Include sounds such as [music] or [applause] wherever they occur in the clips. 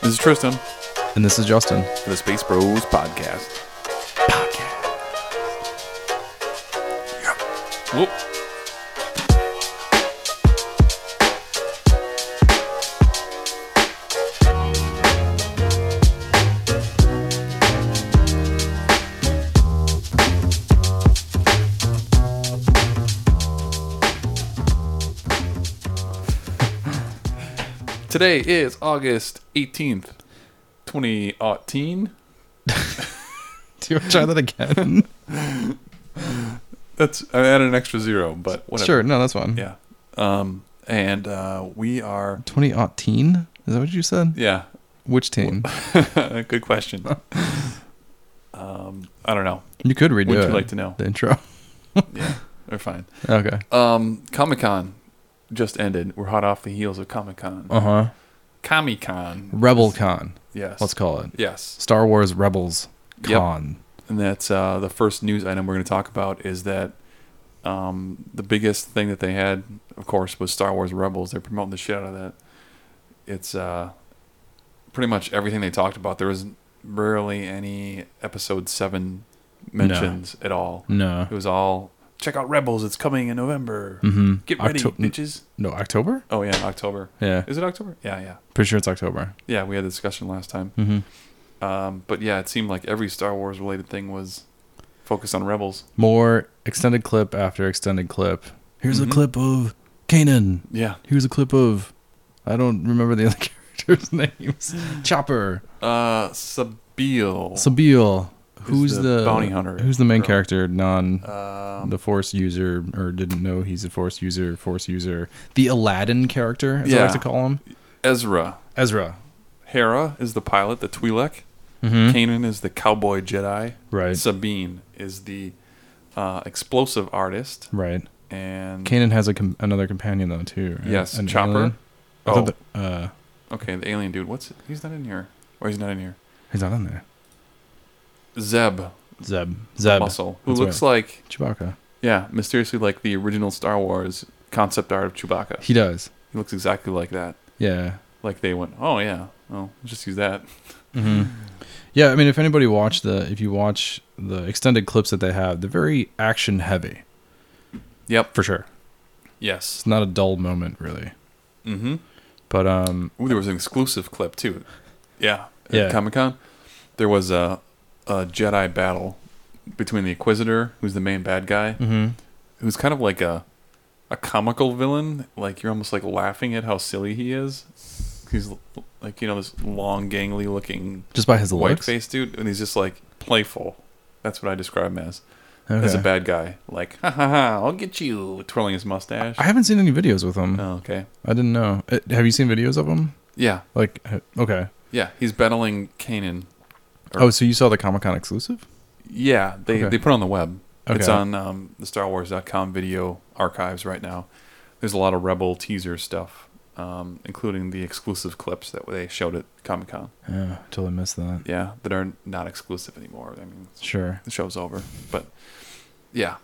This is Tristan And this is Justin. for the Space Bros podcast. Whoop. Today is August 18th, 2018. Do you want to try that [laughs] again? That's I added an extra zero, but whatever. Sure. No, that's fine. Yeah. Um, and uh, we are. 2018? Is that what you said? Yeah. [laughs] Which team? Good question. Um, I don't know. You could redo Would it. you like to know? [laughs] the intro. Yeah, we're fine. Okay. Um, Comic Con just ended. We're hot off the heels of Comic Con. Uh huh. Comic Con. Rebel Con. Yes. Let's call it yes. Star Wars Rebels Yep. Con. And that's uh, the first news item we're going to talk about is that um, the biggest thing that they had, of course, was Star Wars Rebels. They're promoting the shit out of that. It's uh, pretty much everything they talked about. There was rarely any episode seven mentions at all. No. It was all check out Rebels. It's coming in November. Mm-hmm. Get ready, bitches. No, October? Oh yeah, October. Yeah. Is it October? Yeah, yeah, Pretty sure it's October. yeah. We had the discussion last time. Mm-hmm. Um, but yeah, it seemed like every Star Wars related thing was focused on Rebels. More extended clip after extended clip. Here's Mhm. a clip of Kanan. Yeah. Here's a clip of. I don't remember the other [laughs] characters' names. Chopper. Uh, Sabil. Sabil, who's the the, bounty hunter Who's the main girl. character? Non, um, the force user, or didn't know he's a force user. Force user, the Aladdin character, as I Yeah. like to call him. Ezra. Ezra. Hera is the pilot, the Twi'lek. Mhm. Kanan is the cowboy Jedi. Right. Sabine is the uh, explosive artist. Right. And Kanan has a com- another companion though too. right? yes, An Chopper. alien? I Oh, thought that- uh, okay, the alien dude. What's he's not in here? Or he's not in here. he's not in there. Zeb, Zeb. Zeb. Muscle, who That's looks like Chewbacca. yeah, mysteriously like the original Star Wars concept art of Chewbacca. He does. He looks exactly like that. Yeah. Like they went, oh yeah, oh just use that. Mm-hmm. Yeah. I mean, if anybody watched the, if you watch the extended clips that they have, they're very action heavy Yep. for sure. Yes. It's not a dull moment really. Mm-hmm. But um, Ooh, there was an exclusive clip too. Yeah. At Yeah. Comic Con, there was a, a Jedi battle between the Inquisitor, who's the main bad guy, Mm. Mm-hmm. who's kind of like a a comical villain. Like you're almost like laughing at how silly he is. He's l- like you know this long, gangly looking just by his white looks, faced dude, and he's just like playful. That's what I describe him as. Okay. As a bad guy, like ha ha ha, I'll get you, twirling his mustache. I haven't seen any videos with him. oh, okay. I didn't know. Uh, Have you seen videos of him? Yeah, Like, uh, okay. yeah, he's battling Kanan. Or- Oh, so you saw the Comic Con exclusive? Yeah, they, Okay. they put it on the web. It's Okay. on um, the Star Wars.com video archives right now. There's a lot of Rebel teaser stuff, um, including the exclusive clips that they showed at Comic Con. Yeah, totally missed that. Yeah, that are not exclusive anymore. I mean, Sure. the show's over. But yeah.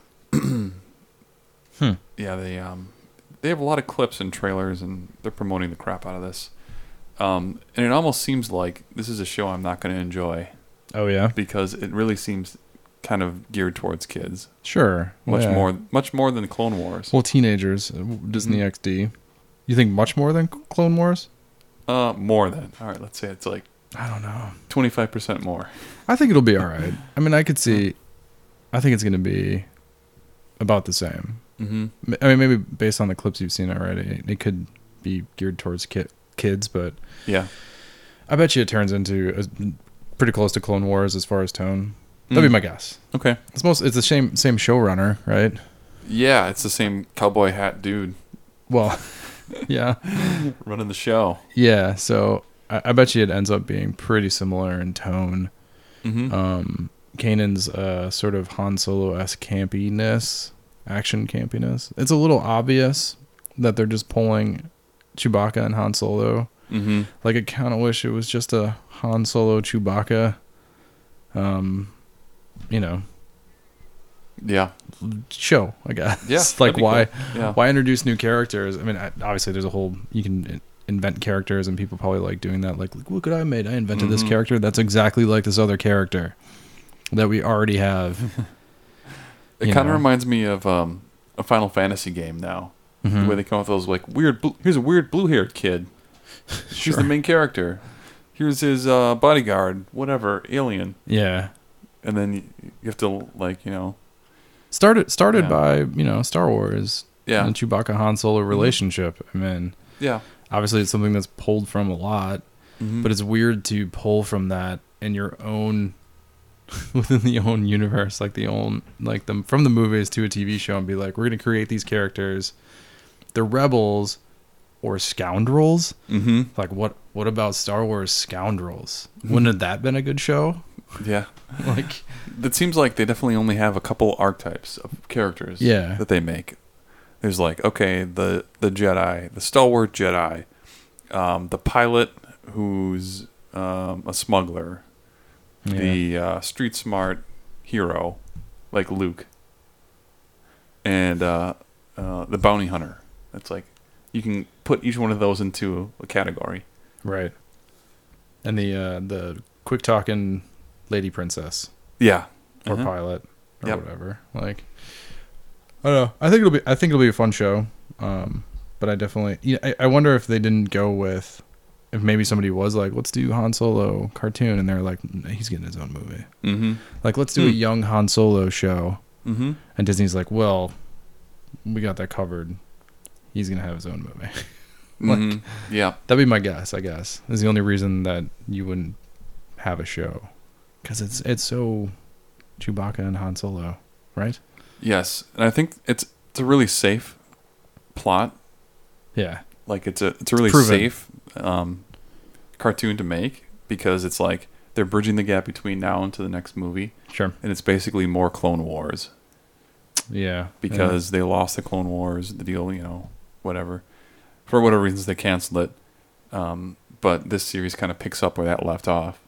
Yeah, they um they have a lot of clips and trailers and they're promoting the crap out of this. Um, and it almost seems like this is a show I'm not going to enjoy Oh yeah. because it really seems kind of geared towards kids Sure. much Yeah. more much more than Mm-hmm. Clone Wars. Well, teenagers. uh, Disney XD. You think much more than Clone Wars? Uh, more than all right. Let's say it's like I don't know. twenty five percent more. I think it'll be all right. I mean, I could see. I think it's going to be about the same. Mm-hmm. M- I mean, maybe based on the clips you've seen already, it could be geared towards ki- kids, but Yeah, I bet you it turns into a, pretty close to Clone Wars as far as tone. That'd Mm. be my guess. okay. It's most it's the same same showrunner, right? Yeah, it's the same cowboy hat dude [coughs] Well, [laughs] yeah, running the show. yeah. So I, I bet you it ends up being pretty similar in tone. Mm-hmm. Um, Kanan's uh, sort of Han Solo esque campiness, action campiness. It's a little obvious that they're just pulling Chewbacca and Han Solo. mm-hmm. Like I kind of wish it was just a Han Solo Chewbacca. Um, you know, Yeah, show, I guess. yeah. [laughs] like that'd be why cool. Yeah. why introduce new characters? I mean, I- obviously there's a whole you can invent characters, and people probably like doing that. Like, look what I made! I invented this Mhm. character that's exactly like this other character that we already have. [laughs] It you kind of know. reminds me of um, a Final Fantasy game now. Mhm. The way they come up with those like weird. Blue, here's a weird blue-haired kid. [laughs] He's the Sure. main character. Here's his uh, bodyguard, whatever alien, Yeah. and then you, you have to like you know, Started started Yeah. by you know Star Wars yeah, Mm-hmm. and the Chewbacca Han Solo relationship. I mean, yeah. obviously it's something that's pulled from a lot, Mhm. but it's weird to pull from that in your own [laughs] within the own universe, like the own like them from the movies to a TV show, and be like, we're gonna create these characters. They're rebels or scoundrels. hmm Like what? What about Star Wars scoundrels? Wouldn't have that been a good show? yeah. Like, It seems like they definitely only have a couple archetypes of characters. Yeah. That they make. There's like okay, the the Jedi, the stalwart Jedi, um, the pilot who's um, a smuggler, yeah. the uh, street smart hero, like Luke, and uh, uh, the bounty hunter. That's like you can put each one of those into a category. right, and the uh, the quick talking lady princess. Yeah. or Uh-huh. pilot or Yep. whatever. Like, I don't know. I think it'll be. I think it'll be a fun show. Um, but I definitely. Yeah, I, I wonder if they didn't go with. If maybe somebody was like, let's do Han Solo cartoon, and they're like, "Nah, he's getting his own movie. Mm-hmm. Like, let's do a Hmm. young Han Solo show, Mm-hmm. and Disney's like, well, we got that covered. He's gonna have his own movie. [laughs] Like- mm-hmm. Yeah. That'd be my guess. I guess is the only reason that you wouldn't have a show, because it's it's so Chewbacca and Han Solo, right? Yes, and I think it's it's a really safe plot. Yeah. Like it's a it's a really proven. safe um, cartoon to make because it's like they're bridging the gap between now and to the next movie, Sure. and it's basically more Clone Wars Yeah. because they lost the Clone Wars, the deal, you know, whatever, for whatever reasons they canceled it. Um, but this series kind of picks up where that left off,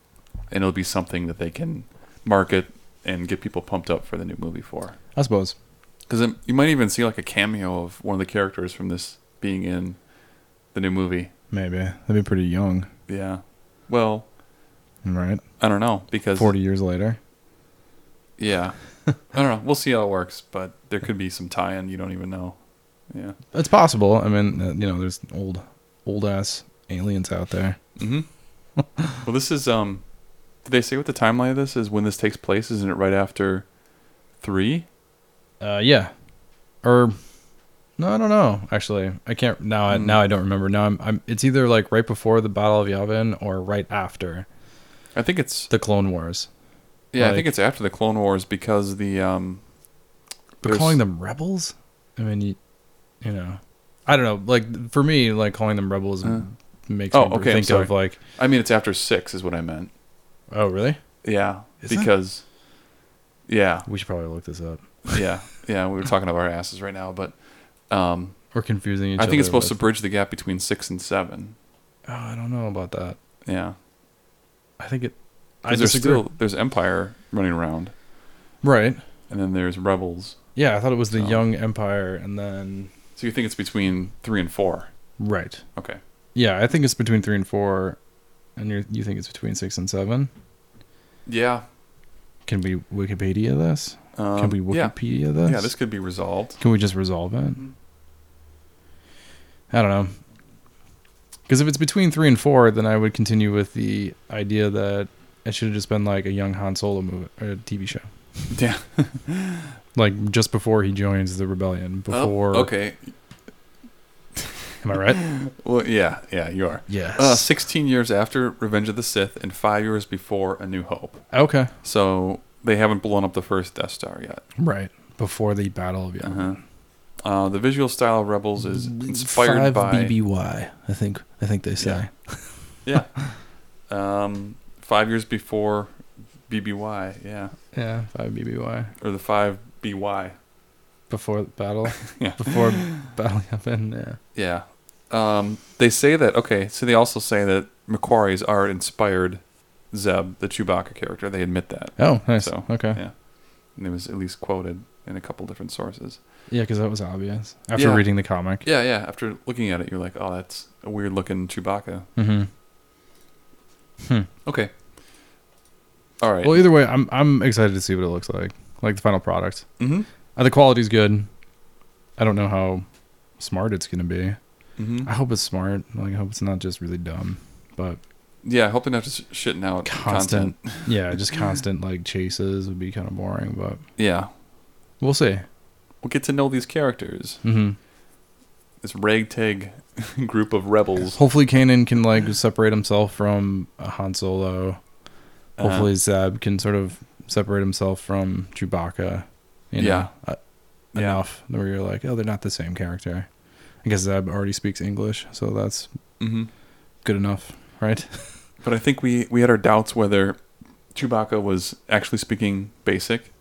and it'll be something that they can market and get people pumped up for the new movie for. I suppose. Because you might even see like a cameo of one of the characters from this being in the new movie. Maybe. They'd be pretty young, Yeah. Well, right? I don't know because 40 years later. [laughs] Yeah. I don't know. We'll see how it works, but there could be some tie-in you don't even know. Yeah. It's possible. I mean, uh, you know, there's old, old ass aliens out there. Mm-hmm. Mm-hmm. [laughs] well, this is um. Did they say what the timeline of this is? When this takes place? Isn't it right after three? Uh, yeah. Or, no, I don't know. Actually, I can't, now I, Hmm. now I don't remember. Now I'm, I'm, it's either like right before the Battle of Yavin or right after I think it's the Clone Wars. yeah. I like- think it's after the Clone Wars because the um. But there's- calling them rebels? I mean, you, you know, I don't know. Like, for me, like calling them rebels Uh. makes Oh, me okay, I'm think sorry. of like, I mean, it's after six is what I meant. oh, really? Yeah. Is it? because. Yeah. We should probably look this up. [laughs] yeah, yeah. We were talking about our asses right now, but um, We're confusing each I other. think it's supposed to with- bridge the gap between six and seven. Oh, I don't know about that. Yeah, I think it. I because there's disagree. still there's Empire running around, right. and then there's Rebels. Yeah, I thought it was the So- Young Empire, and then So you think it's between three and four? right. Okay. Yeah, I think it's between three and four, and you you think it's between six and seven. Yeah. Can we Wikipedia this? Um, Can we yeah. Wikipedia this? Yeah, this could be resolved. Can we just resolve it? I don't know. Because if it's between three and four, then I would continue with the idea that it should have just been like a young Han Solo movie or TV show, Yeah. [laughs] like just before he joins the rebellion. Oh, Before, okay. am I right? Well, yeah, yeah, you are. yes. Uh, 16 years after Revenge of the Sith and five years before A New Hope. okay. So they haven't blown up the first Death Star yet. Right. Before the Battle of Yavin. Uh-huh. Uh, the visual style of Rebels is inspired by BBY, I think I think they say. yeah, um, five years before BBY, yeah, Yeah, five BBY. or the five BY, Before the battle. Yeah. Before Battle of Yavin, yeah. yeah. Um, they say that okay, so they also say that Macquarie's art inspired Zeb, the Chewbacca character. They admit that, Oh, nice. So, okay. yeah, and it was at least quoted. in a couple different sources. Yeah, because that was obvious after Yeah. reading the comic. Yeah, yeah. After looking at it, you're like, oh, that's a weird looking Chewbacca. Mm-hmm. Hmm. Okay. All right. Well, either way, I'm I'm excited to see what it looks like, like the final product. mm-hmm. Uh, the quality's good. I don't know how smart it's gonna be. Mm-hmm. I hope it's smart. Like I hope it's not just really dumb, but Yeah, hoping not just shitting out constant. content. yeah, just constant like chases would be kind of boring, but Yeah. we'll see. We'll get to know these characters. hmm This ragtag [laughs] group of rebels. Hopefully, Kanan can like separate himself from uh, Han Solo. Uh, Hopefully, Zeb can sort of separate himself from Chewbacca. You know, Yeah. uh, Yeah. enough where you're like, oh, they're not the same character. I guess Zeb already speaks English, so that's mhm. good enough, right? [laughs] But I think we, we had our doubts whether Chewbacca was actually speaking basic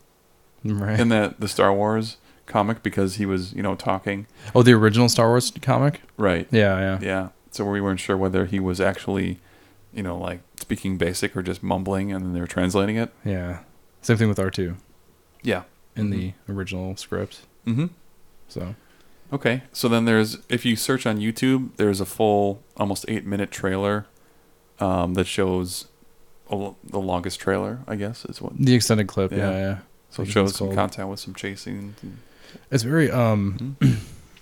right. in the, the Star Wars comic because he was, you know, talking. oh, the original Star Wars comic. Right. Yeah, yeah. Yeah. So we weren't sure whether he was actually, you know, like speaking basic or just mumbling and then they were translating it. Yeah. Same thing with R2 Yeah. in the original script. Mm-hmm. So, Okay. So then there's, if you search on YouTube, there's a full, almost eight minute trailer um, that shows a l the longest trailer, I guess, is what. the extended clip. Yeah, Yeah. yeah. So it I think it's shows some called. content with some chasing. And, It's very um [clears throat]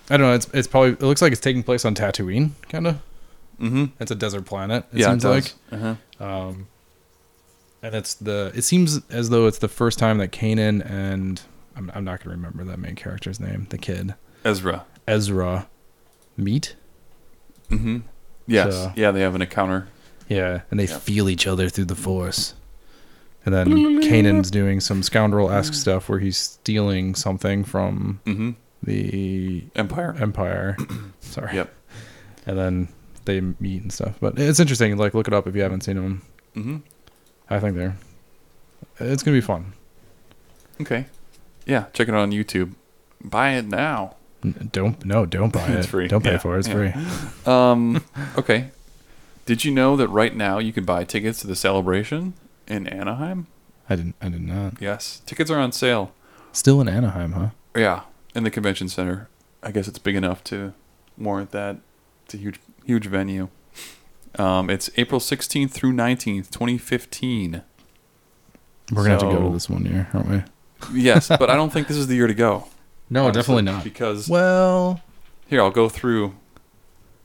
I don't know, it's it's probably it looks like it's taking place on Tatooine kind of. mm-hmm. It's a desert planet it yeah, seems it does. like. Uh-huh. Um and it's the it seems as though it's the first time that Kanan and I'm I'm not going to remember that main character's name, the kid, Ezra. Ezra meet. Mm-hmm. Yes. So- Yeah, they have an encounter. Yeah, and they Yeah. feel each other through the force. And then Kanan's doing some Mm. scoundrel-esque stuff where he's stealing something from Mm-hmm. the Empire. [coughs] Empire. Sorry. Yep. And then they meet and stuff. But it's interesting. Like, look it up if you haven't seen them. Mm-hmm. I think they're. It's gonna be fun. Okay. Yeah, check it out on YouTube. Buy it now. N- Don't no, don't buy it. [laughs] It's free. Don't pay Yeah. for it. It's Yeah. free. [laughs] Um, okay. Did you know that right now you can buy tickets to the celebration in Anaheim? I didn't. I did not. Yes, tickets are on sale. Still in Anaheim, huh? Yeah, in the convention center. I guess it's big enough to warrant that. It's a huge, huge venue. Um, it's April 16th through 19th, 2015. We're gonna have to go So- to this one year, aren't we? Yes, but I don't think this is the year to go. [laughs] No, honestly, definitely not. Because Well, here, I'll go through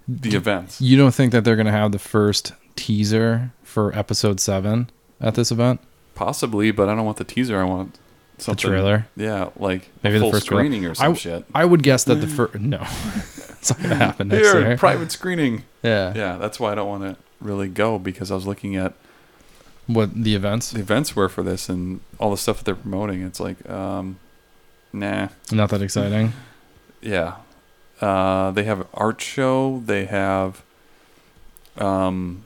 the events. you don't think that they're gonna have the first teaser for episode seven at this event? Possibly, but I don't want the teaser. I want The something. trailer. Yeah, like Maybe the full first trailer. screening or I some w- shit. I would guess that the first. No, [laughs] it's [laughs] not gonna happen next Mm. Here, year. private screening. yeah. Yeah, that's why I don't want to really go because I was looking at What the events? the events were for this and all the stuff that they're promoting. It's like, um, nah, Not that exciting. yeah. Uh, they have an art show. They have um,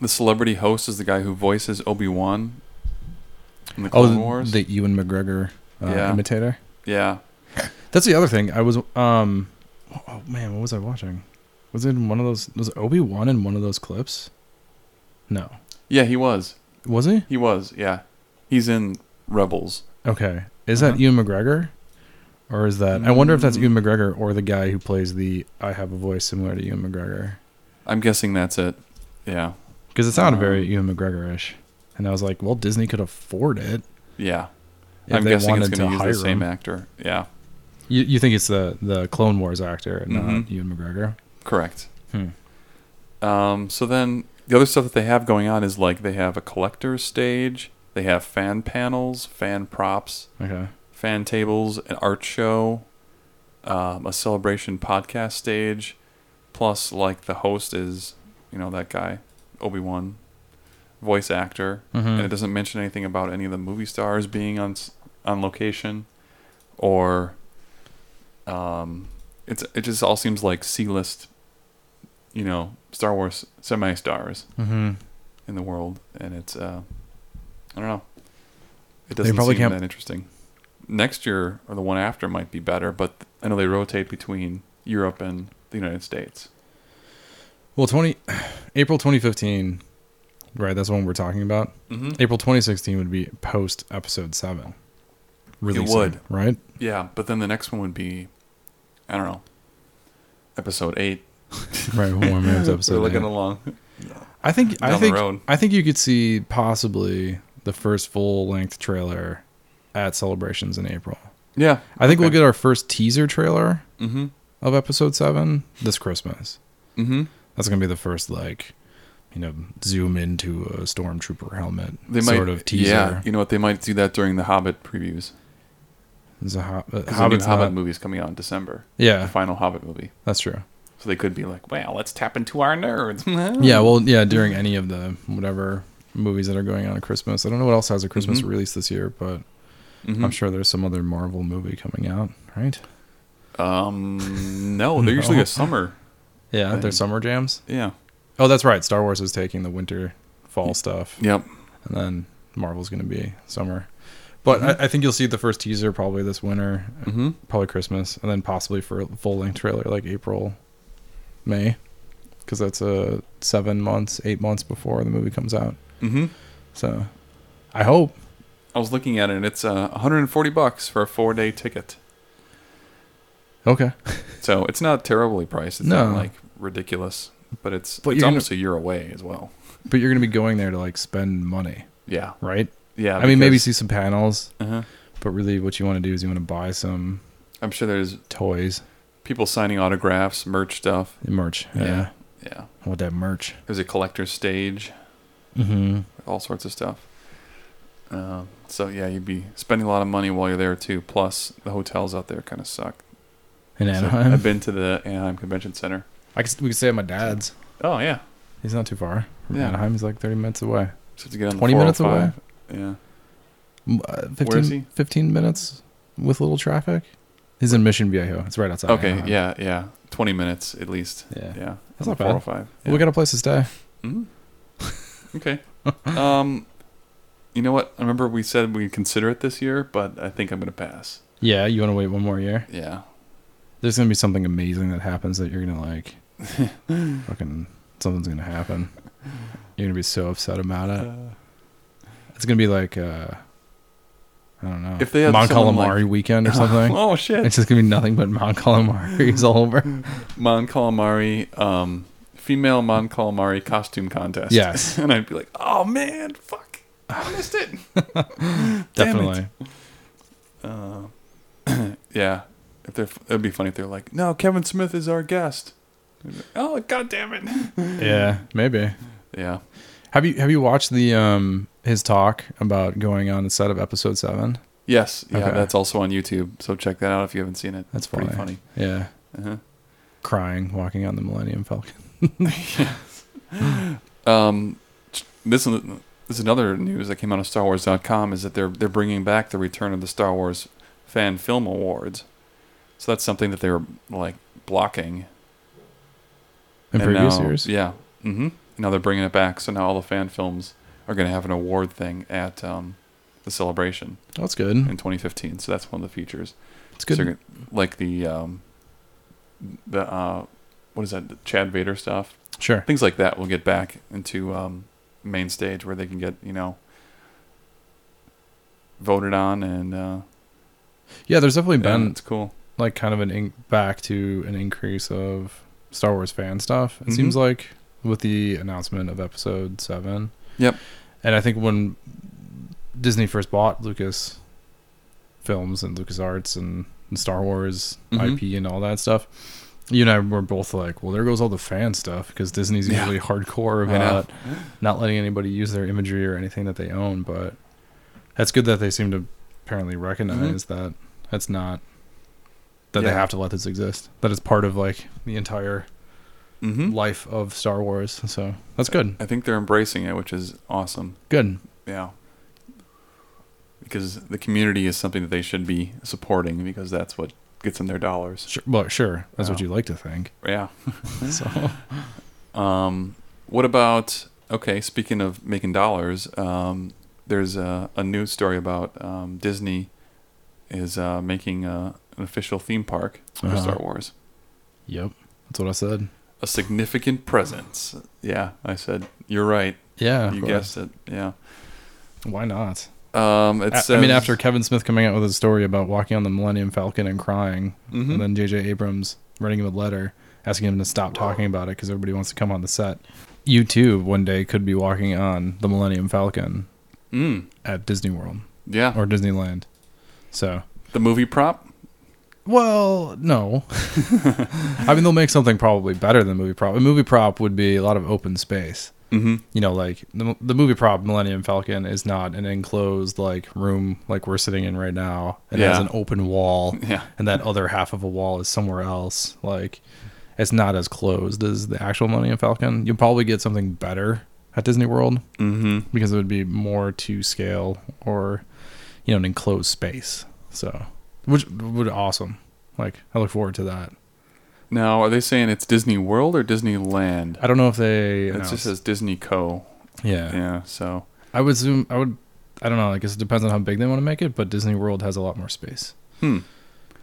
the celebrity host is the guy who voices Obi Wan in the Clone oh, Wars. the Ewan McGregor uh, Yeah. imitator. yeah, That's the other thing. I was um, oh, oh, man, what was I watching? Was it in one of those? Was Obi Wan in one of those clips? No, yeah, he was. was he? He was. Yeah, he's in Rebels. Okay, is Uh-huh. that Ewan McGregor, or is that? I wonder if that's Mm. Ewan McGregor or the guy who plays the I have a voice similar to Ewan McGregor I'm guessing that's it. Yeah. because it sounded very Um. Ewan McGregor-ish. And I was like, well, Disney could afford it. Yeah. If I'm they guessing it's wanted going to use hire the same him. actor. Yeah, You, you think it's the the Clone Wars actor, and Mhm. not Ewan McGregor? correct. Hmm. Um, so then the other stuff that they have going on is like they have a collector's stage, they have fan panels, fan props, Okay. fan tables, an art show, um, a celebration podcast stage, plus like the host is, you know, that guy, Obi Wan, voice actor. and it Mm-hmm. doesn't mention anything about any of the movie stars being on s- on location or um it's it just all seems like C-list you know Star Wars semi-stars Mm-hmm. in the world and it's uh I don't know it doesn't probably seem can't- that interesting next year or the one after might be better but I know they rotate between Europe and the United States Well, 20 [sighs] April 2015, right? That's the one we're talking about. mm-hmm. April 2016 would be post episode 7. releasing, would. right? Yeah, but then the next one would be, I don't know, episode eight. Right, [laughs] Warm Man's episode. We're looking eight. along. I think down I the think road. I think you could see possibly the first full length trailer at celebrations in April. Yeah, I think we'll Okay. get our first teaser trailer mm-hmm, of episode seven this Christmas. mm-hmm. That's gonna be the first like, you know, zoom into a stormtrooper helmet They might sort of teaser. Yeah, you know what? They might do that during the Hobbit previews. It's a ho- uh, 'Cause Hobbit's the new Hobbit not- movie's coming out in December. The Yeah, final Hobbit movie. that's true. So they could be like, "Well, let's tap into our nerds." Yeah, well, yeah, during any of the whatever movies that are going on at Christmas. I don't know what else has a Christmas Mhm. release this year, but Mhm. I'm sure there's some other Marvel movie coming out, right? Um, [laughs] no, they're usually No. a summer. Yeah, Thing. there's summer jams. Yeah. Oh, that's right. Star Wars is taking the winter, fall stuff, Yep. and then Marvel's going to be summer. But I, I think you'll see the first teaser probably this winter, Mm-hmm. probably Christmas, and then possibly for a full length trailer like April, May, because that's uh, seven months, eight months before the movie comes out. Mm-hmm. So I hope. I was looking at it, and it's uh, 140 bucks for a four-day ticket. Okay. So it's not terribly priced. It's No. not like ridiculous, but it's But it's you're gonna- almost a year away as well. But you're going to be going there to like spend money, Yeah, right? yeah. I mean, maybe because- see some panels, Uh-huh. but really what you want to do is you want to buy some I'm sure there's toys people signing autographs, merch stuff. and merch. Yeah. yeah. Yeah, I want that merch. there's a collector's stage, Mm-hmm. all sorts of stuff. Uh, so yeah, you'd be spending a lot of money while you're there too. Plus, the hotels out there kind of suck. In So Anaheim, I've been to the Anaheim Convention Center. I could, we could stay at my dad's. Oh yeah, He's not too far from Yeah. Anaheim. He's like thirty minutes away. so to get on the 20 minutes 405. Yeah, M- Uh, 15, Where is he? 15 minutes with little traffic. He's in Mission Viejo. It's right outside. okay, Anaheim. yeah, yeah, 20 minutes at least. yeah. Yeah, That's on not the bad. 405. Yeah. We got a place to stay. [laughs] Mm. Okay. um, you know what? I remember we said we'd consider it this year, but I think I'm gonna pass. Yeah, you want to wait one more year? Yeah. There's gonna be something amazing that happens that you're [laughs] gonna like. fucking something's gonna happen. You're gonna be so upset about it. Uh, It's gonna be like uh, I don't know. If they had Mount someone Calamari [laughs] weekend or something. oh shit! It's just gonna be nothing but Mount Calamaris all over. Mon calamari, um, female Mon calamari costume contest. [laughs] Yes. and I'd be like, oh man, fuck, I missed [laughs] it. Definitely. Uh, [clears throat] yeah. If they're, it'd be funny if they're like, no, Kevin Smith is our guest. Oh god damn it! [laughs] Yeah, maybe. Yeah. Have you have you watched the um his talk about going on the set of episode seven? Yes. Yeah. Okay. That's also on YouTube. So check that out if you haven't seen it. It's That's pretty funny. funny. Yeah, Uh-huh. crying, walking on the Millennium Falcon. Um, this this is another news that came out of StarWars.com is that they're they're bringing back the return of the Star Wars Fan Film Awards. So that's something that they were like blocking In And previous now- years, Yeah. Mm-hmm. Now they're bringing it back, so now all the fan films are going to have an award thing at um, the celebration that's good. in 2015. So that's one of the features. It's Mm-hmm. good. So you're gonna- like the um, the uh, what is that? The Chad Vader stuff. sure. things like that will get back into um, main stage where they can get you know voted on and uh, Yeah, there's definitely yeah, been it's cool. like kind of an in- back to an increase of Star Wars fan stuff. It Mhm. seems like with the announcement of episode seven. Yep. And I think when Disney first bought Lucas films and Lucas Arts and, and Star Wars Mhm. IP and all that stuff, you and I were both like, "Well, there goes all the fan stuff," because Disney's Yeah. usually hardcore I know. about not letting anybody use their imagery or anything that they own. But that's good that they seem to apparently recognize that that's not that they Mm-hmm. Yeah. have to let this exist. That it's part of like the entire Mm-hmm. life of Star Wars. So that's good. I think they're embracing it, which is awesome. Good. Yeah, because the community is something that they should be supporting because that's what gets them their dollars. Sure. Well, sure. That's what Yeah. you like to think. Yeah. So Um, what about okay? Speaking of making dollars, um, there's a, a news story about um, Disney is uh, making uh an official theme park for Uh-huh. Star Wars. yep, that's what I said. A significant presence. Yeah, I said you're right. Yeah, of you course. guessed it. Yeah, Why not? Um, it A- says, I mean, after Kevin Smith coming out with his story about walking on the Millennium Falcon and crying, Mhm. and then J.J. Abrams writing him a letter asking him to stop talking about it because everybody wants to come on the set. You too, one day, could be walking on the Millennium Falcon Mm, at Disney World yeah, or Disneyland. So, the movie prop. well, no. [laughs] I mean, they'll make something probably better than movie prop. A movie prop would be a lot of open space. Mm-hmm. you know, like the, the movie prop Millennium Falcon is not an enclosed like room like we're sitting in right now. It has Yeah. an open wall, Yeah, and that other half of a wall is somewhere else. Like it's not as closed as the actual Millennium Falcon. You'll probably get something better at Disney World mm-hmm. because it would be more to scale or you know an enclosed space. So, which would be awesome. Like I look forward to that. Now, are they saying it's Disney World or Disneyland? I don't know if they. It just announced- says Disney Co. yeah. Yeah, so I would zoom. I would. I don't know. I guess it depends on how big they want to make it. But Disney World has a lot more space. hmm,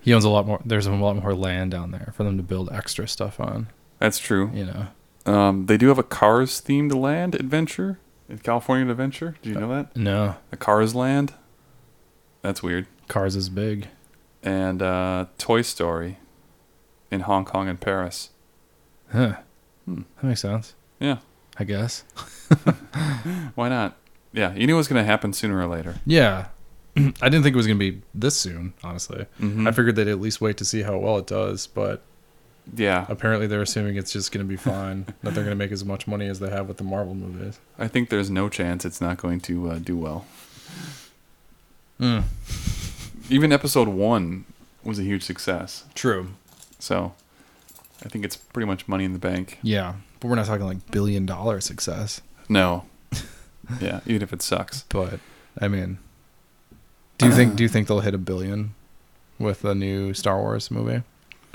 He owns a lot more. There's a lot more land down there for them to build extra stuff on. that's true. You know. Um, they do have a Cars themed land adventure, in California Adventure. Do you know that No, a Cars land? That's weird. cars is big. And uh, Toy Story, in Hong Kong and Paris. Huh. Hmm. That makes sense. Yeah, I guess. why not? Yeah, you knew it was going to happen sooner or later. Yeah. [clears throat] I didn't think it was gonna be this soon. Honestly, Mhm. I figured they'd at least wait to see how well it does. But Yeah, apparently, they're assuming it's just gonna be fine. [laughs] that they're gonna make as much money as they have with the Marvel movies. I think there's no chance it's not going to uh, do well. Hmm. Even episode one was a huge success, True. so I think it's pretty much money in the bank. Yeah, but we're not talking like billion dollar success. No, [laughs] yeah, even if it sucks, But I mean, do you think do you think they'll hit a billion with the new Star Wars movie?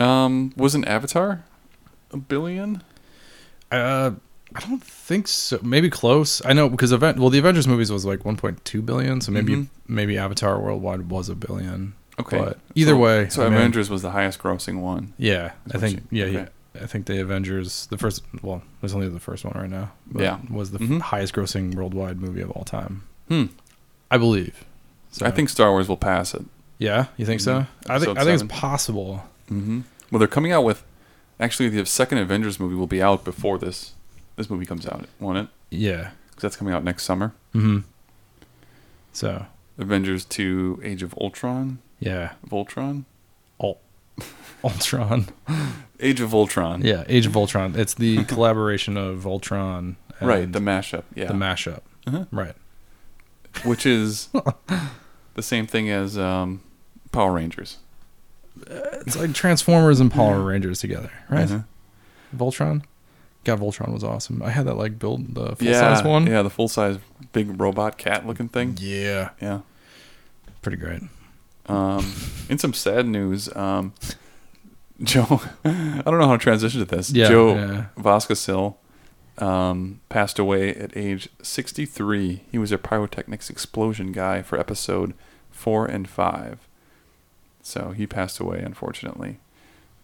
um, wasn't Avatar a billion? Uh, I don't think so. Maybe close. I know because event well, the Avengers movies was like 1.2 billion, so maybe Mhm. maybe Avatar worldwide was a billion. Okay, But either so- way, so I mean- Avengers was the highest grossing one. Yeah, Is I what think you- yeah, okay. yeah. I think the Avengers, the first, well, there's only the first one right now. Yeah. was the f- Mhm. highest grossing worldwide movie of all time, Hmm. I believe. So, I think Star Wars will pass it. Yeah, you think so? I think Episode I think seven. it's possible. Mm-hmm. Well, they're coming out with actually the second Avengers movie will be out before this this movie comes out, won't it? Yeah. Because that's coming out next summer. Hmm. So Avengers Two: Age of Ultron, yeah, Voltron, [laughs] Ultron. Age of Ultron. yeah, Age of Ultron. [laughs] It's the collaboration of Ultron. And right. The The, mashup. Yeah, mashup. Uh-huh. Right. which is [laughs] the same thing as um, Power Rangers. It's like Transformers and Power Rangers together. Right. Mhm. Voltron. God, Voltron was awesome. I had that like build the full Yeah. size one. Yeah, the full size big robot cat looking thing. Yeah. Yeah. Pretty great. Um, [laughs] in some sad news, um, [laughs] Joe, [laughs] I don't know how to transition to this. Yeah. Joe yeah. Vasquezil um, passed away at age 63. He was a pyrotechnics explosion guy for episode 4 and 5. So he passed away, unfortunately.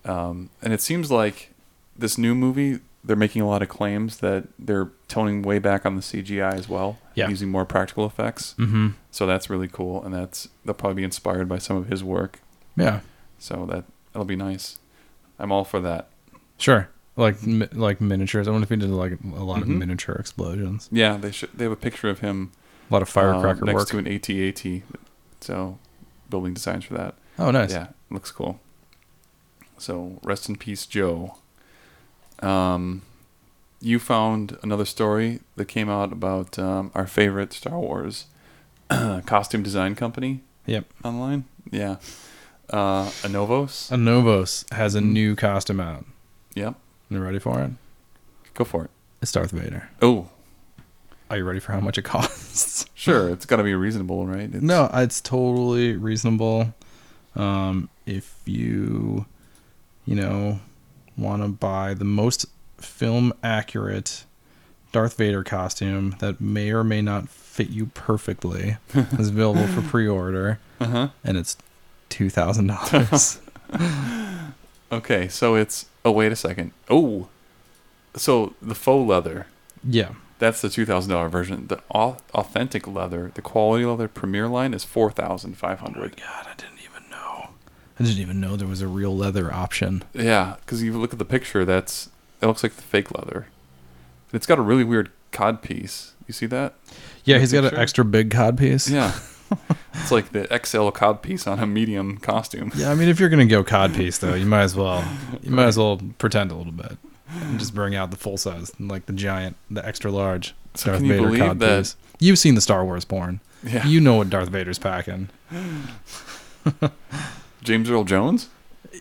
Um, and it seems like this new movie, they're making a lot of claims that they're toning way back on the CGI as well, Yeah. using more practical effects. Mm-hmm. So that's really cool, and that's they'll probably be inspired by some of his work. Yeah. So that that'll be nice. I'm all for that. Sure. Like mi- like miniatures. I wonder if he did like a lot of Mhm. miniature explosions, Yeah, they should. They have a picture of him a lot of um, firecracker next work. to an ATAT. So building designs for that. oh, nice. Yeah, looks cool. So rest in peace, Joe. Um, you found another story that came out about um, our favorite Star Wars [clears throat] costume design company Yep. online. Yeah, uh, Anovos. Anovos has Mm. a new costume out. Yep. You ready for it? Go for it. It's Darth Vader. Oh, Are you ready for how much it [laughs] costs? [laughs] sure. It's got to be reasonable, right? It's, no, it's totally reasonable. Um, if you, you know, want to buy the most film accurate Darth Vader costume that may or may not fit you [laughs] perfectly, is available for pre-order, Uh-huh. and it's two thousand [laughs] dollars. Okay, so it's. Oh, wait a second. Oh, so the faux leather Yeah, That's the two thousand dollar version. The au- authentic leather, the quality leather premier line is four thousand five hundred. Oh God, I didn't even know. I didn't even know there was a real leather option. Yeah, because you look at the picture, that's that looks like the fake leather. And It's got a really weird cod piece. You see that? Yeah, The he's got an picture? extra big cod piece. [laughs] Yeah, it's like the XL cod piece on a medium costume. Yeah, I mean, if you're gonna go cod piece though, you might as well you might as well pretend a little bit and just bring out the full size, like the giant, the extra large So Darth can you Vader believe cod that- piece. You've seen the Star Wars porn. Yeah, You know what Darth Vader's packing. James Earl Jones.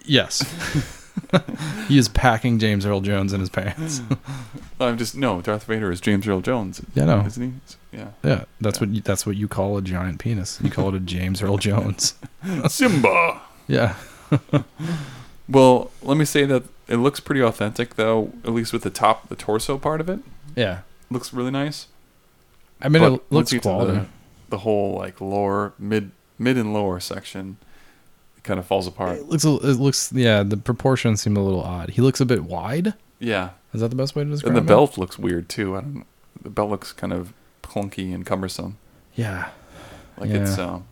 Yes, [laughs] he is packing James Earl Jones in his pants. I'm just no. Darth Vader is James Earl Jones. Yeah, I know. isn't he? [laughs] Yeah, Yeah, that's what you, that's what you call a giant penis. You call it a James [laughs] Earl Jones. Simba. Yeah, Well, let me say that it looks pretty authentic, though. At least with the top, the torso part of it yeah. looks really nice. I mean, But it once looks you get to quality. The, the whole like lower, mid, mid and lower section, it kind of falls apart. It looks. a- It looks. Yeah, the proportions seem a little odd. He looks a bit wide. Yeah, Is that the best way to describe and the it? belt looks weird too. I don't. The belt looks kind of clunky and cumbersome. Yeah. Like Yeah. it's um,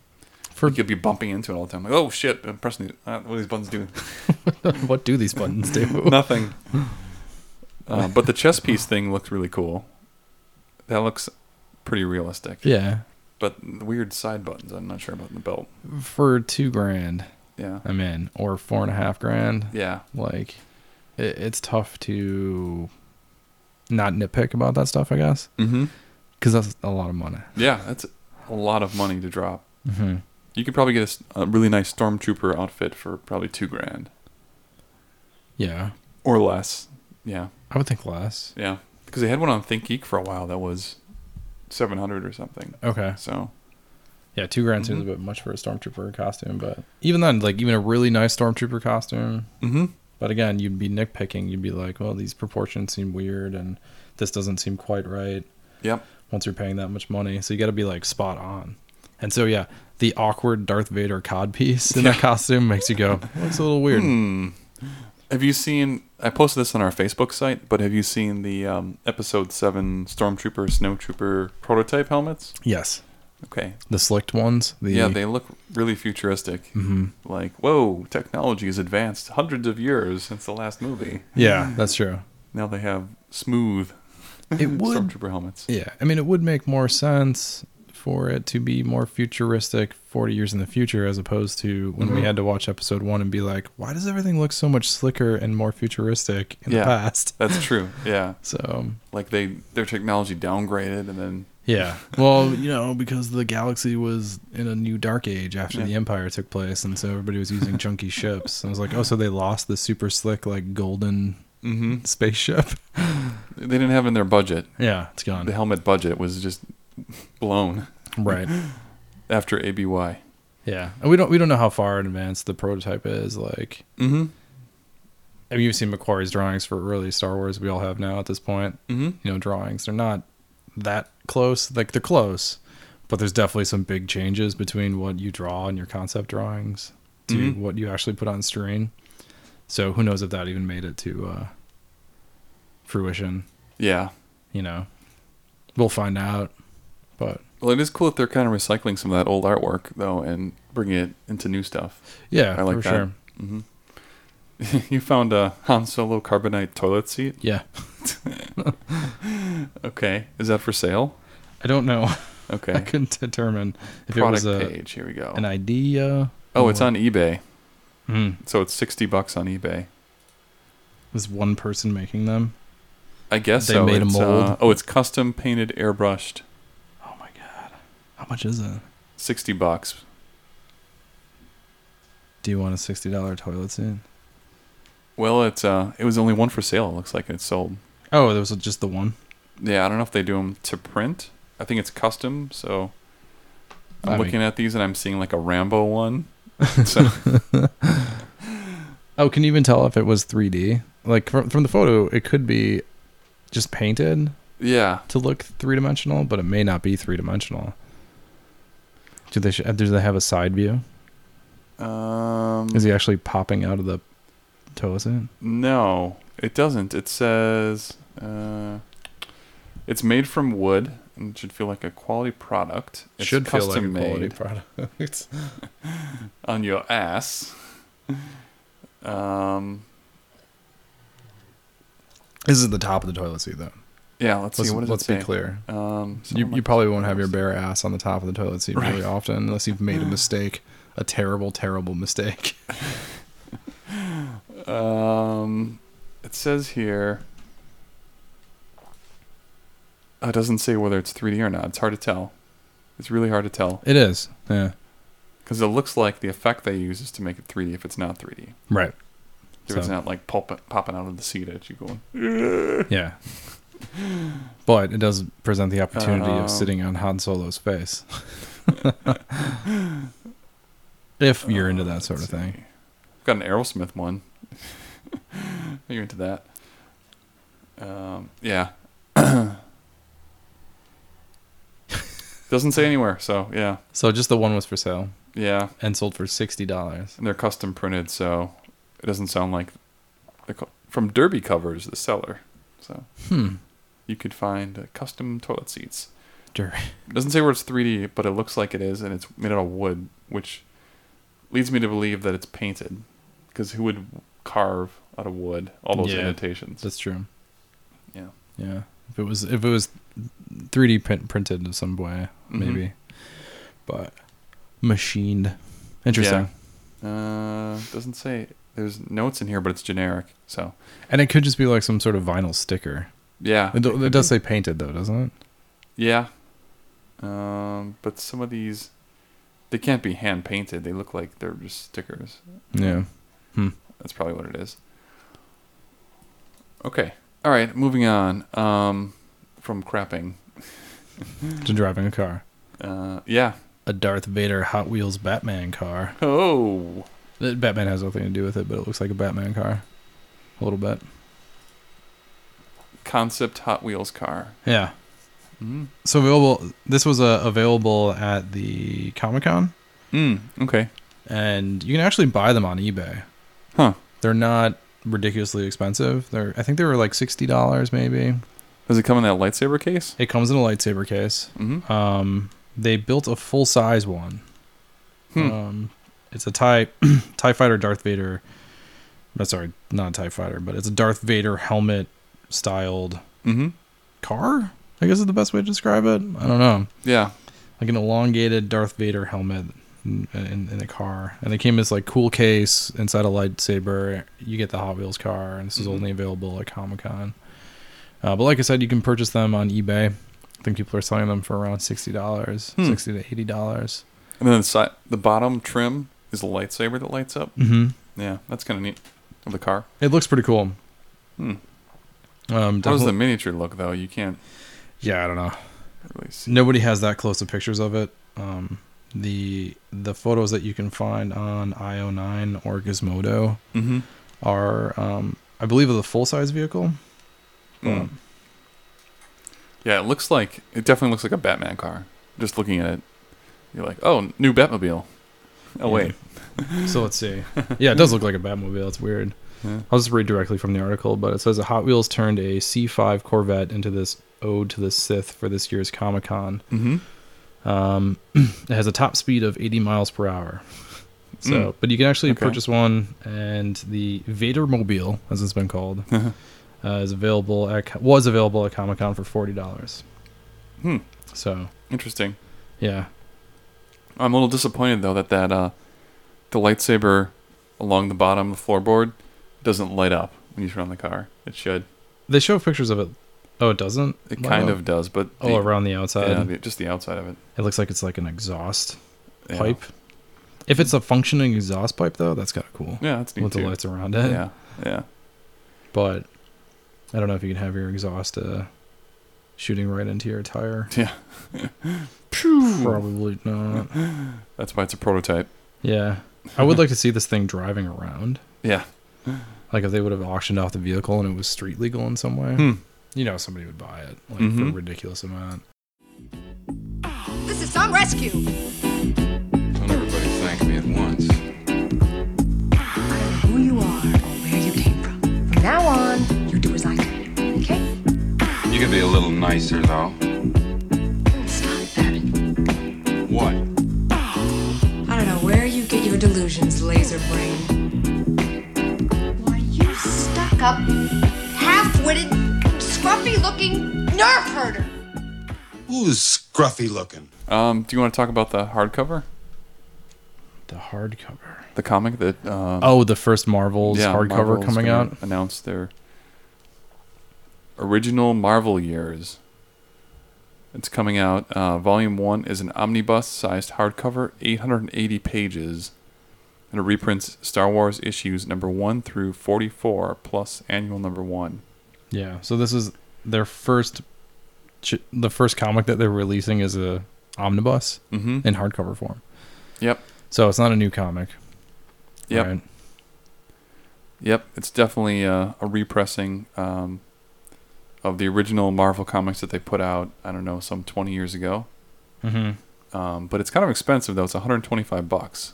For you'll be bumping into it all the time. Like, oh shit, I'm pressing the, uh, what are these buttons [laughs] doing? what do these buttons do? Nothing. Uh, but the chess piece thing looked really cool. That looks pretty realistic. [laughs] yeah. But the weird side buttons, I'm not sure about the belt. For two grand, Yeah. I'm in, or four and a half grand. Yeah. Like, it, it's tough to not nitpick about that stuff, I guess, Mm-hmm. because that's a lot of money. Yeah, that's a lot of money to drop. Mm-hmm. You could probably get a s- a, really nice stormtrooper outfit for probably two grand Yeah, or less. Yeah. I would think less. Yeah. Because they had one on Think Geek for a while that was 700 or something. Okay. Mm-hmm. So, Yeah, two grand seems a bit much for a stormtrooper costume, but even then, like even a really nice stormtrooper costume, mm-hmm. But again, you'd be nitpicking. You'd be like, well, these proportions seem weird and this doesn't seem quite right Yep. once you're paying that much money. So you got to be like spot on. And so, yeah, the awkward Darth Vader cod piece in that Yeah. costume makes you go, looks a little weird. Hmm. Have you seen? I posted this on our Facebook site, but have you seen the um, episode seven Stormtrooper Snowtrooper prototype helmets? Yes. Okay, The slicked ones. The, yeah, they look really futuristic. Mhm. Like, whoa, technology has advanced hundreds of years since the last movie. Yeah, that's [laughs] true. Now they have smooth It would. Stormtrooper helmets. Yeah. I mean, it would make more sense for it to be more futuristic 40 years in the future as opposed to when Mm-hmm. we had to watch episode one and be like, why does everything look so much slicker and more futuristic in Yeah. the past? That's true. Yeah, So like they their technology downgraded, and then yeah, [laughs] well, you know, because the galaxy was in a new dark age after Yeah. the Empire took place, and so everybody was [laughs] using chunky ships. And I was like, oh, so they lost the super slick like golden mm-hmm. spaceship. they didn't have it in their budget. Yeah, it's The gone. helmet budget was just blown Right. after ABY. [laughs] Yeah, and we don't we don't know how far in advance the prototype is. Like, Mm-hmm. I mean, you've seen Macquarie's drawings for early Star Wars. We all have now at this point. Mm-hmm. You know, drawings. They're not that close. Like they're close, but there's definitely some big changes between what you draw in your concept drawings to Mhm. what you actually put on screen. So who knows if that even made it to uh, fruition? Yeah. You know, we'll find out. But Well, it is cool that they're kind of recycling some of that old artwork though, and bringing it into new stuff. yeah, I like for that. sure. hmm [laughs] you found a Han Solo carbonite toilet seat. Yeah, Okay, is that for sale? I don't know. [laughs] I Okay, couldn't determine if product it was a, page. Here we go. an idea. oh, it's or- on eBay. Hmm. So it's sixty bucks on eBay. was one person making them. I guess They so. made a It's, uh, mold. oh, it's custom painted, airbrushed. Oh my god, how much is it? Sixty bucks. Do you want a sixty dollar toilet seat? Well, it's uh, it was only one for sale. It looks like and it's sold. Oh, there was just the one. Yeah, I don't know if they do them to print. I think it's custom. So I'm I mean- looking at these and I'm seeing like a Rambo one. So Oh, can you even tell if it was three D? Like from from the photo, it could be just painted yeah, to look three dimensional, but it may not be three dimensional. Do they sh- uh, do they have a side view? um, Is he actually popping out of the toilet seat? no, it doesn't. It says uh, It's made from wood and it should feel like a quality product. It's Should feel like a custom quality made product. on your ass. [laughs] Um, [laughs] this is the top of the toilet seat, though. yeah, let's, Let's, see. What does let's it be say? clear. Um, so You, I'm you like- probably won't have your bare ass on the top of the [laughs] toilet seat very Right. often unless you've made a mistake, a terrible, terrible mistake. Um, it says here. Oh, It doesn't say whether it's 3D or not. It's hard to tell. It's really hard to tell It is. Yeah. because it looks like the effect they use is to make it 3D. If it's not 3D, Right. if it's So- not like pulp- popping out of the seat at you going. Yeah. But it does present the opportunity Um, of sitting on Han Solo's face. if you're into Uh, that sort let's of thing. see. I've got an Aerosmith one. [laughs] Are you into that? Um, yeah. [coughs] Doesn't say anywhere, so yeah, So just the one was for sale yeah. and sold for $60. And they're custom printed, so it doesn't sound like they're co- from Derby Covers, the seller. So Hmm. you could find uh, custom toilet seats. Derby. It doesn't say where it's 3D, but it looks like it is, and it's made out of wood, which leads me to believe that it's painted, because who would carve out of wood all those Yeah. annotations? That's true. Yeah. Yeah. If it was if it was 3D print, printed in some way, Mhm. maybe. But machined. Interesting. Yeah. Uh, doesn't say. There's notes in here, but it's generic. So And it could just be like some sort of vinyl sticker. yeah, It, do- it does say painted though, doesn't it? yeah. Um, but some of these, they can't be hand painted. They look like they're just stickers. Yeah. That's probably what it is. Okay. All right. Moving on. Um, from crapping. To driving a car. Uh, yeah. a Darth Vader Hot Wheels Batman car. Oh. Uh, Batman has nothing to do with it, but it looks like a Batman car. A little bit. concept Hot Wheels car. Yeah. Mm. So available this was uh, available at the Comic-Con Mm, okay. and you can actually buy them on eBay. Huh. They're not ridiculously expensive. They're I think they were like $60 maybe. Does it come in that lightsaber case? It comes in a lightsaber case. Mm-hmm. Um they built a full-size one. Hmm. Um it's a [clears throat] tie tie fighter Darth Vader no, sorry, not a tie fighter, but it's a Darth Vader helmet styled mm-hmm. car i guess is the best way to describe it i don't know Yeah. like an elongated darth vader helmet in, in, in a car and it came in this like cool case inside a lightsaber you get the hot wheels car and this is Mhm. only available at comic-con uh, but like i said you can purchase them on ebay i think people are selling them for around $60 Hmm. 60 to $80 And then the side, the bottom trim is a lightsaber that lights up. mm-hmm. Yeah, that's kind of neat. Of the car. it looks pretty cool Hmm. um How does definitely- the miniature look though? You can't yeah i don't know really see. nobody has that close of pictures of it. Um, the the photos that you can find on IO9 or Gizmodo Mm-hmm. are, um, I believe, of the full size vehicle. Um, Yeah, it looks like it definitely looks like a Batman car. Just looking at it, you're like, oh, new Batmobile. Oh Yeah. wait, So let's see. Yeah, it does look like a Batmobile. It's weird. Yeah. I'll just read directly from the article, but it says that Hot Wheels turned a C5 Corvette into this ode to the Sith for this year's Comic Con. mm-hmm. Um, it has a top speed of 80 miles per hour. So, but you can actually Hmm. Okay. purchase one, and the Vader Mobile, as it's been called, uh, is available at was available at Comic Con for forty dollars. [laughs] Hmm. So, interesting. yeah, I'm a little disappointed though that that uh, the lightsaber along the bottom of the floorboard doesn't light up when you turn on the car. It should. they show pictures of it. Oh, it doesn't. It Wow. kind of does, but Oh, the- around the outside, yeah, the- just the outside of it. it looks like it's like an exhaust Yeah. pipe. If it's a functioning exhaust pipe, though, that's kind of cool Yeah, that's neat with the too. lights around it. Yeah, yeah. But I don't know if you can have your exhaust uh, shooting right into your tire. [laughs] Probably not. That's why it's a prototype. Yeah. I would like to see this thing driving around. Yeah. Like if they would have auctioned off the vehicle and it was street legal in some way. Hmm. You know somebody would buy it like for a Mhm. ridiculous amount. This is some rescue. Don't everybody thank me at once. Who you are, where you came from. From now on, you do as I do. Okay? You could be a little nicer, though. Stop that. What? I don't know where you get your delusions, laser brain. Why, you stuck up, half witted, scruffy looking nerve herder. Who's scruffy looking? Um, do you want to talk about the hardcover, The hardcover. the comic that? Uh, Oh, the first Marvel's hardcover Marvel's coming gonna out. Announce their original Marvel years. It's coming out. Uh, volume one is an omnibus-sized hardcover, 880 pages, and it reprints Star Wars issues number one through 44 plus annual number one. Yeah. So this is their first, ch- the first comic that they're releasing is a omnibus Mm-hmm. in hardcover form. Yep. So it's not a new comic. Yep. right? Yep, it's definitely uh, a repressing um, of the original Marvel comics that they put out. I don't know, some twenty years ago. Mhm. Um, but it's kind of expensive though. It's one hundred twenty-five bucks.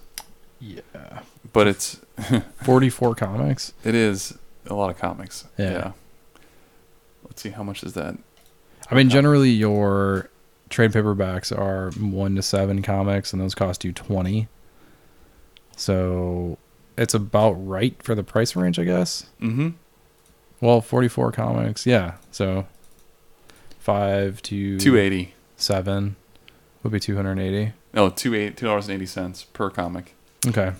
Yeah. But it's Forty-four comics. it is a lot of comics. Yeah. Let's see how much is that. I mean, generally your trade paperbacks are one to seven comics, and those cost you twenty. So it's about right for the price range, I guess. Mm-hmm. Well, forty-four comics. Yeah. So five to Two eighty. seven would be two hundred eighty. No, two eight two dollars and eighty cents per comic. Okay.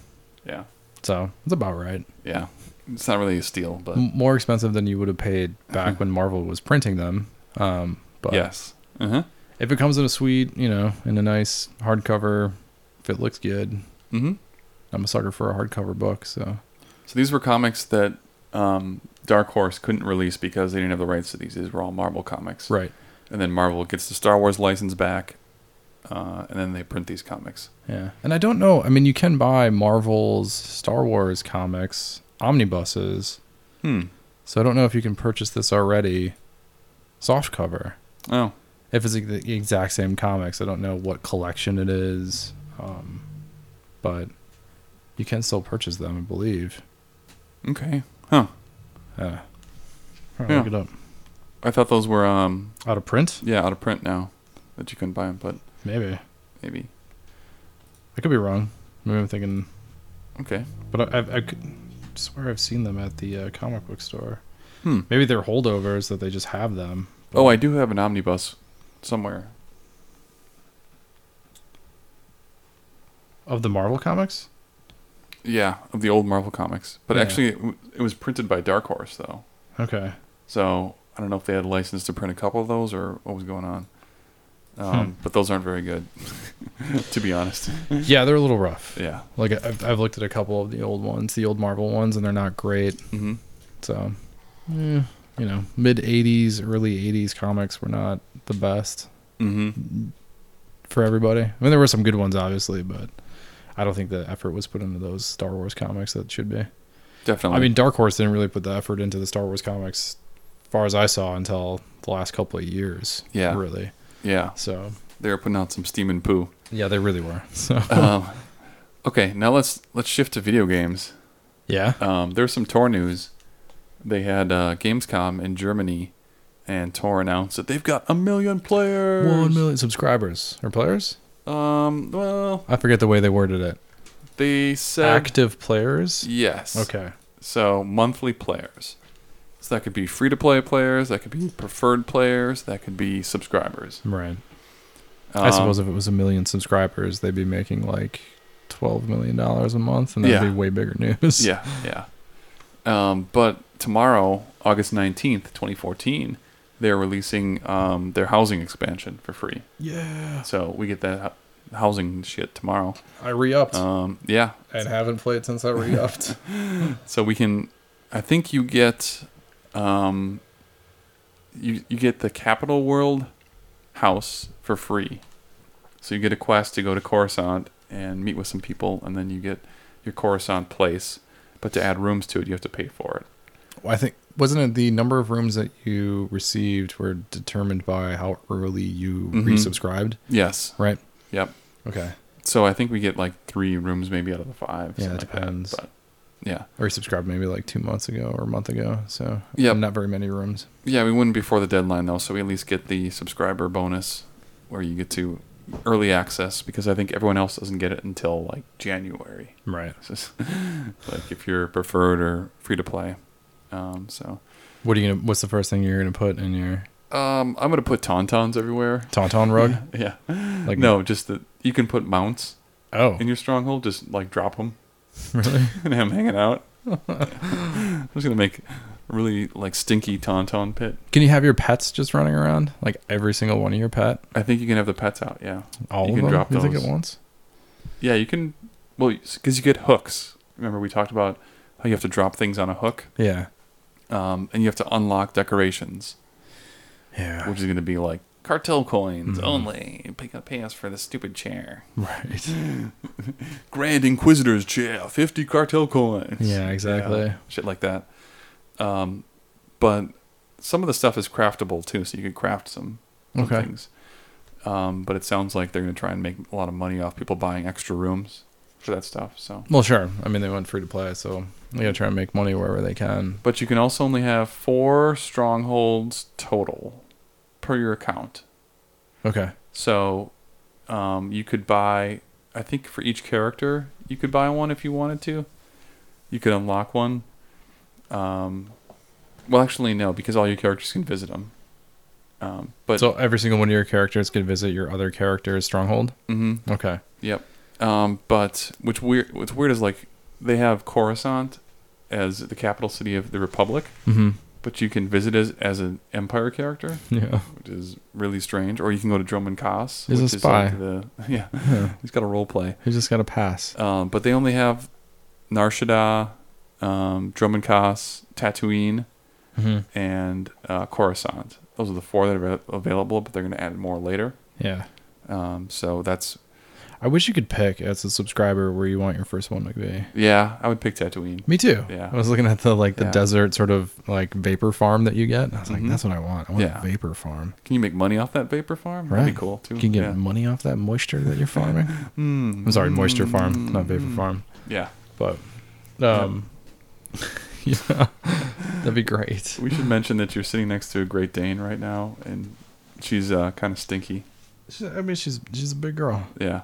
Yeah, So it's about right. yeah. It's not really a steal, but M- More expensive than you would have paid back when Marvel was printing them. Um, but Mm-hmm. yes. Uh huh. if it comes in a sweet, you know, in a nice hardcover, if it looks good, Mm-hmm. I'm a sucker for a hardcover book. So So these were comics that um, Dark Horse couldn't release because they didn't have the rights to these. These were all Marvel comics. right, And then Marvel gets the Star Wars license back, uh, and then they print these comics. yeah. And I don't know. I mean, you can buy Marvel's Star Wars comics omnibuses. Hmm. So I don't know if you can purchase this already, soft cover. Oh, if it's the exact same comics. I don't know what collection it is, um, but you can still purchase them, I believe. okay. Huh. Uh, I'll Yeah. Look it up. I thought those were um Out of print? yeah out of print now that you couldn't buy them, but Maybe. maybe I could be wrong. Maybe I'm thinking, okay. but I, I, I could swear I've seen them at the uh, comic book store. Hmm. Maybe they're holdovers that they just have them. Oh, I do have an omnibus somewhere. Of the Marvel comics? Yeah, of the old Marvel comics, but Yeah. actually it, w- it was printed by Dark Horse though. Okay. So I don't know if they had a license to print a couple of those or what was going on. Um, Hmm. But those aren't very good, [laughs] to be honest. Yeah, they're a little rough. Hmm. Yeah. Like I've, I've looked at a couple of the old ones, the old Marvel ones, and they're not great. hmm So, eh, you know, mid 80s, early 80s comics were not the best hmm for everybody. I mean, there were some good ones, obviously, but I don't think the effort was put into those Star Wars comics that should be. Definitely. I mean, Dark Horse didn't really put the effort into the Star Wars comics, far as I saw, until the last couple of years. Yeah. Really. yeah, So, they were putting out some steam and poo. yeah, they really were. [laughs] So, um, okay, now let's let's shift to video games. yeah. Um, there was some Tor news. They had uh, Gamescom in Germany, and Tor announced that they've got a million players. One million subscribers or players? Um, well, I forget the way they worded it. they said Active players? yes. Okay. So monthly players. So that could be free to play players. That could be preferred players. That could be subscribers. Right. Um, I suppose if it was a million subscribers, they'd be making like twelve million dollars a month, and that'd Yeah. be way bigger news. Yeah, yeah. Um, but tomorrow, August 19th, 2014, they're releasing um, their housing expansion for free. [laughs] yeah. So we get that hou- housing shit tomorrow. I re-upped Um, yeah. and haven't played since [laughs] I re-upped. So we can, I think you get, um, you, you get the Capital World house for free. So you get a quest to go to Coruscant and meet with some people, and then you get your Coruscant place. But to add rooms to it, you have to pay for it. well, I think wasn't it the number of rooms that you received were determined by how early you Mm-hmm. resubscribed, Yes. right? Yep. Okay. So I think we get like three rooms maybe out of the five. something Yeah, it like depends. That. Yeah. or he subscribed maybe like two months ago or a month ago. So Yep. not very many rooms. Yeah, we win before the deadline though, so we at least get the subscriber bonus where you get to early access because I think everyone else doesn't get it until like January. [laughs] Right. It's just, like if you're preferred or free to play. Um, so What are you gonna? What's the first thing you're gonna put in your um, I'm gonna put tauntauns everywhere. [laughs] tauntaun rug? Yeah. Like no, just that you can put mounts Oh, in your stronghold. Just like drop them [laughs] really? [laughs] and have 'em hanging out. I'm just gonna make a really like stinky tauntaun pit. Can you have your pets just running around? Like every single one of your pet, I think you can have the pets out. Yeah. all You of can them. drop you think those. at once? Yeah, you can. Well, because you get hooks. Remember, we talked about how you have to drop things on a hook, Yeah. um, and you have to unlock decorations, Yeah. which is going to be like cartel coins Mm-hmm. only. Pick up pay us for this stupid chair. Right. [laughs] Grand Inquisitor's chair, fifty cartel coins. Yeah. Exactly. Yeah, shit like that. Um, but some of the stuff is craftable too, so you could craft some, some Okay. things. Um, but it sounds like they're going to try and make a lot of money off people buying extra rooms for that stuff. So Well, sure. I mean, they went free to play, so they gotta try and make money wherever they can. But you can also only have four strongholds total per your account. Okay. So um, you could buy, I think for each character, you could buy one if you wanted to. You could unlock one. Um, well, actually, no, because all your characters can visit them. Um, but So every single one of your characters could visit your other character's stronghold. Mhm. Okay. Yep. Um, but which weird, what's weird is like they have Coruscant as the capital city of the Republic, Mm-hmm. but you can visit as as an Empire character. Yeah. [laughs] which is really strange. Or you can go to Drummond Koss. He's a which is spy. like the, [laughs] yeah, yeah. he's got a role play. He just got a pass. Um, but they only have Narshada, um, Drummond Koss, Tatooine, Mm-hmm. and uh, Coruscant. Those are the four that are av- available, but they're going to add more later. Yeah. Um, so that's I wish you could pick as a subscriber where you want your first one to be. yeah, I would pick Tatooine. Me too. Yeah. I was looking at the like the Yeah. desert sort of like vapor farm that you get. And I was like, Mhm. that's what I want. I want Yeah. a vapor farm. Can you make money off that vapor farm? Right. That'd be cool too. You can get yeah. money off that moisture that you're farming. [laughs] Mm, I'm sorry, moisture mm, farm, not vapor mm. farm. Yeah, But um [laughs] yeah. That'd be great. we should mention that you're sitting next to a Great Dane right now, and she's uh, kind of stinky. She- I mean she's she's a big girl. Yeah.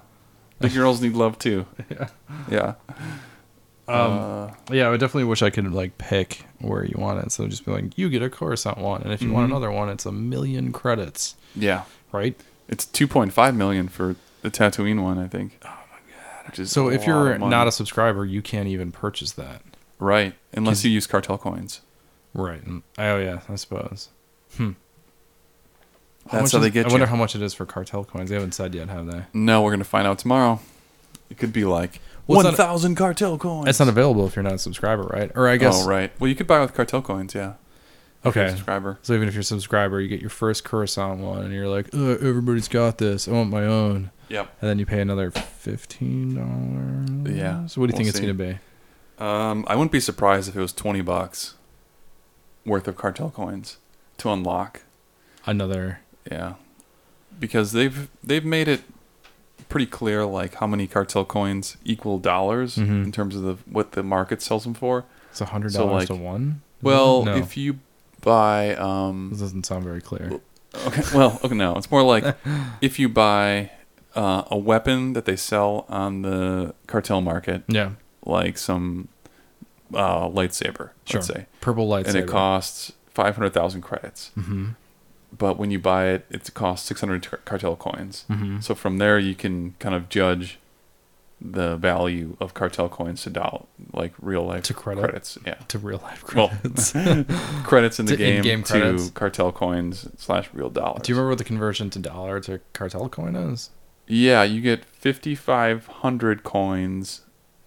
Big girls need love too. [laughs] Yeah. Yeah. Uh, Yeah, I definitely wish I could like pick where you want it. So just be like, you get a Coruscant one, and if you want Mhm. another one, it's a million credits, yeah. right? It's 2.5 million for the Tatooine one, I think. Oh my god. Which is So a if you're lot of not money. a subscriber, you can't even purchase that. right, unless 'Cause- you use cartel coins. Right. and- Oh yeah, I suppose. Hmm. That's much how is- they get I wonder you. how much it is for cartel coins. They haven't said yet, have they? No, we're gonna find out tomorrow. It could be like Well, it's not a- 1,000 cartel coins. It's not available if you're not a subscriber, right? Or I guess. Oh right. Well, you could buy with cartel coins. Yeah. If you're a Okay. Subscriber. So even if you're a subscriber, you get your first Coruscant one, and you're like, "Ugh, everybody's got this. I want my own. Yep. And then you pay another fifteen dollars. Yeah, So what do you we'll think it's see. gonna be? Um, I wouldn't be surprised if it was 20 bucks worth of cartel coins to unlock. Another. Yeah, because they've they've made it pretty clear like how many cartel coins equal dollars Mhm. in terms of the what the market sells them for. It's a hundred So, dollars like- to one. Well, Mm-hmm. No. if you buy This um doesn't sound very clear. okay, [laughs] well, okay, no, it's more [laughs] like if you buy uh, a weapon that they sell on the cartel market, Yeah. like some uh, lightsaber, Sure. let's say, Purple lightsaber. and it costs five hundred thousand credits. hmm but when you buy it, it costs 600 tar- cartel coins. Mhm. So from there, you can kind of judge the value of cartel coins to doll like real life To credit? credits. Yeah, To real life Well, [laughs] credits. [laughs] credits in the To game in-game to credits? cartel coins slash real dollars. Do you remember what the conversion to dollar to cartel coin is? Yeah, you get 5,500 coins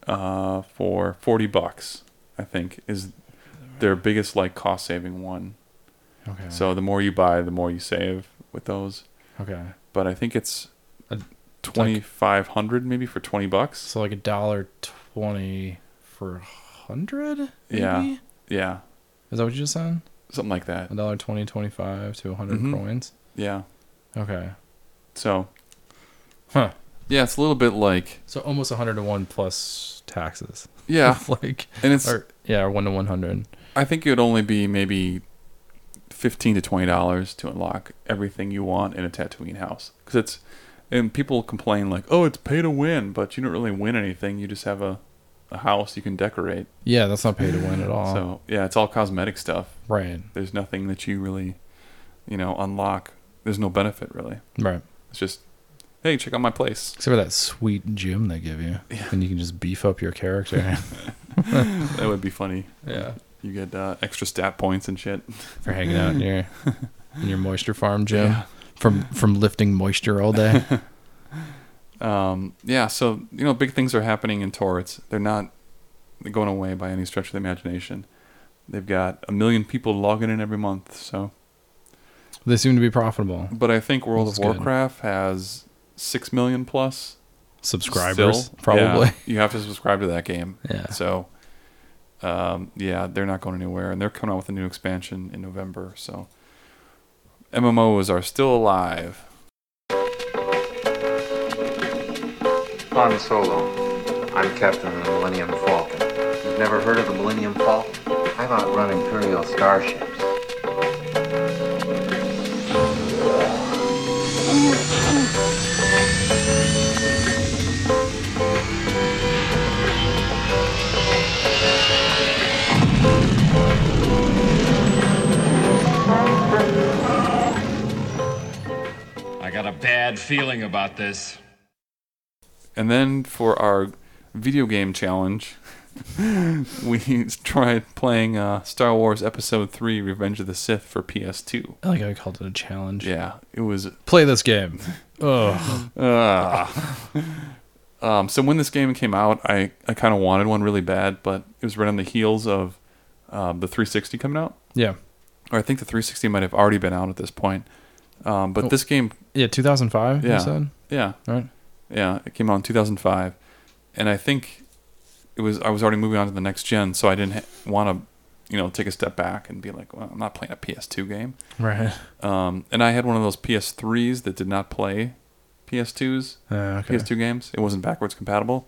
uh, for 40 bucks. I think is their biggest like cost saving one. Okay. So the more you buy, the more you save with those. okay. but I think it's A- twenty five hundred maybe for twenty bucks. So like a dollar twenty for a hundred? Yeah. maybe? Yeah, Is that what you just said? something like that. A dollar twenty, Mm-hmm. twenty-five to a 100 Mhm. coins. Yeah. Okay. So Huh. Yeah, it's a little bit like So almost 100 to 1 plus taxes. [laughs] yeah, like and it's or yeah, or 1 to 100. I think it would only be maybe fifteen to twenty dollars to unlock everything you want in a Tatooine house because it's and people complain like, oh, it's pay to win, but you don't really win anything. You just have a a house you can decorate. Yeah, that's not pay to [laughs] win at all. So yeah, it's all cosmetic stuff. right. There's nothing that you really, you know, unlock. There's no benefit really. Right. It's just, hey, check out my [laughs] place. Except for that sweet gym they give you. And you can just beef up your character. That would be funny. yeah. You get uh, extra stat points and shit. For hanging out in your in your moisture farm gym. From from lifting moisture all day. Um, yeah, so you know, big things are happening in Torrance. They're not going away by any stretch of the imagination. They've got a million people logging in every month. So, they seem to be profitable. but I think World That's of good. Warcraft has six million plus Subscribers still. probably. Yeah, you have to subscribe to that game. [laughs] Yeah. So, um, yeah, they're not going anywhere, and they're coming out with a new expansion in November. So, MMOs are still alive. Han Solo. I'm Captain of the Millennium Falcon. You've never heard of the Millennium Falcon? I've outrun Imperial starships. I got a bad feeling about this. And then for our video game challenge, [laughs] we tried playing uh, Star Wars Episode 3 Revenge of the Sith for PS2. I like how I called it a challenge. Yeah, it was. Play this game. Ugh. [laughs] Um, so when this game came out, I, I kind of wanted one really bad, but it was right on the heels of um, the 360 coming out. Yeah. Or I think the 360 might have already been out at this point. Um, Oh. but this game, Yeah, 2005 Yeah. you said? yeah, Right. Yeah, it came out in 2005, and I think it was I was already moving on to the next gen, so I didn't ha- want to, you know, take a step back and be like, well, I'm not playing a PS2 game. Right. Um, and I had one of those PS3s that did not play PS2s, [laughs] Uh, okay. PS2 games. It wasn't backwards compatible,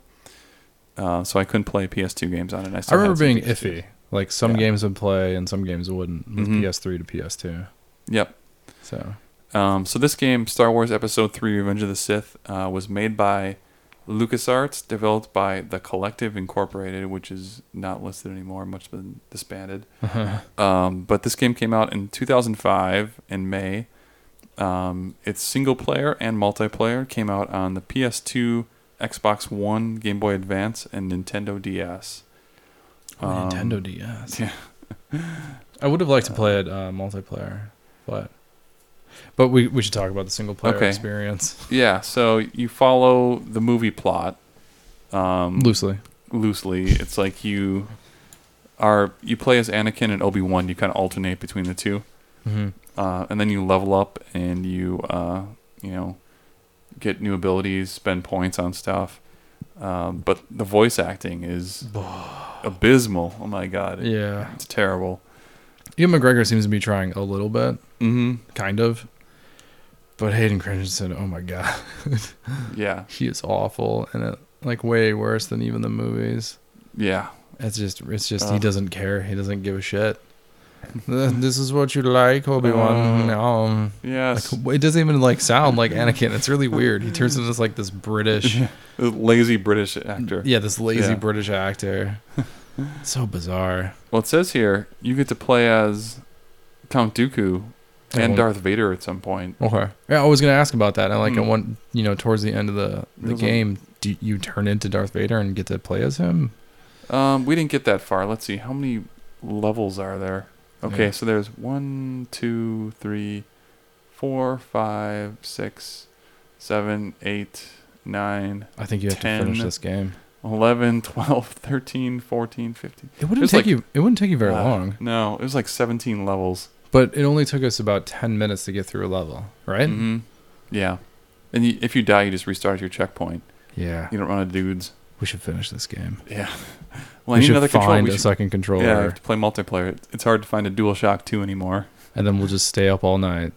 uh, so I couldn't play PS2 games on it. And I still had remember some being PS2s. iffy. Like some Yeah. games would play and some games wouldn't. With Mhm. PS3 to PS2. Yep. So Um, so this game, Star Wars Episode Three: Revenge of the Sith, uh, was made by LucasArts, developed by the Collective Incorporated, which is not listed anymore, much been disbanded. Um, but this game came out in 2005 in May. Um, it's single player and multiplayer. Came out on the PS2, Xbox One, Game Boy Advance, and Nintendo DS. Nintendo DS. yeah. Um, I would have liked to play it uh, multiplayer, but but we we should talk about the single player Okay. experience Yeah, so you follow the movie plot loosely. loosely. It's like you are you play as Anakin and Obi Wan. You kind of alternate between the 2 uh, and then you level up and you uh, you know get new abilities, spend points on stuff. Um, but the voice acting is abysmal. Oh my god, Yeah. it's terrible. Ian McGregor seems to be trying a little bit, hmm kind of. But Hayden Christensen, oh my god, [laughs] Yeah, he is awful, and it, like way worse than even the movies. yeah. It's just, it's just, he Ugh. doesn't care. He doesn't give a shit. Th- this is what you like, Obi Wan. Um, Yes, it doesn't even like sound like Anakin. It's really weird. He [laughs] turns into this, like this British, lazy British actor. yeah, this lazy Yeah. British [laughs] actor. so bizarre. Well, it says here you get to play as Count Dooku and Oh. Darth Vader at some point. Okay. Yeah, I was gonna ask about that. And like, at Hmm. one, you know, towards the end of the the There's a- game, do you turn into Darth Vader and get to play as him? Um, we didn't get that far. Let's see how many levels are there. Okay, Yeah. so there's one, two, three, four, five, six, seven, eight, nine, I think you have to finish Ten. this game. eleven, [laughs] twelve, thirteen, fourteen, fifteen. It wouldn't There's take like- you. It wouldn't take you very Uh, long, No, it was like 17 levels. but it only took us about ten minutes to get through a level, right? hmm Yeah, and you, if you die, you just restart your checkpoint. Yeah. You don't run out of dudes. We should finish this game. Yeah. We Well, I need should another find controller. We a should- second controller, Yeah, I have to play multiplayer. It- It's hard to find a DualShock 2 anymore. [laughs] and then we'll just stay up all night.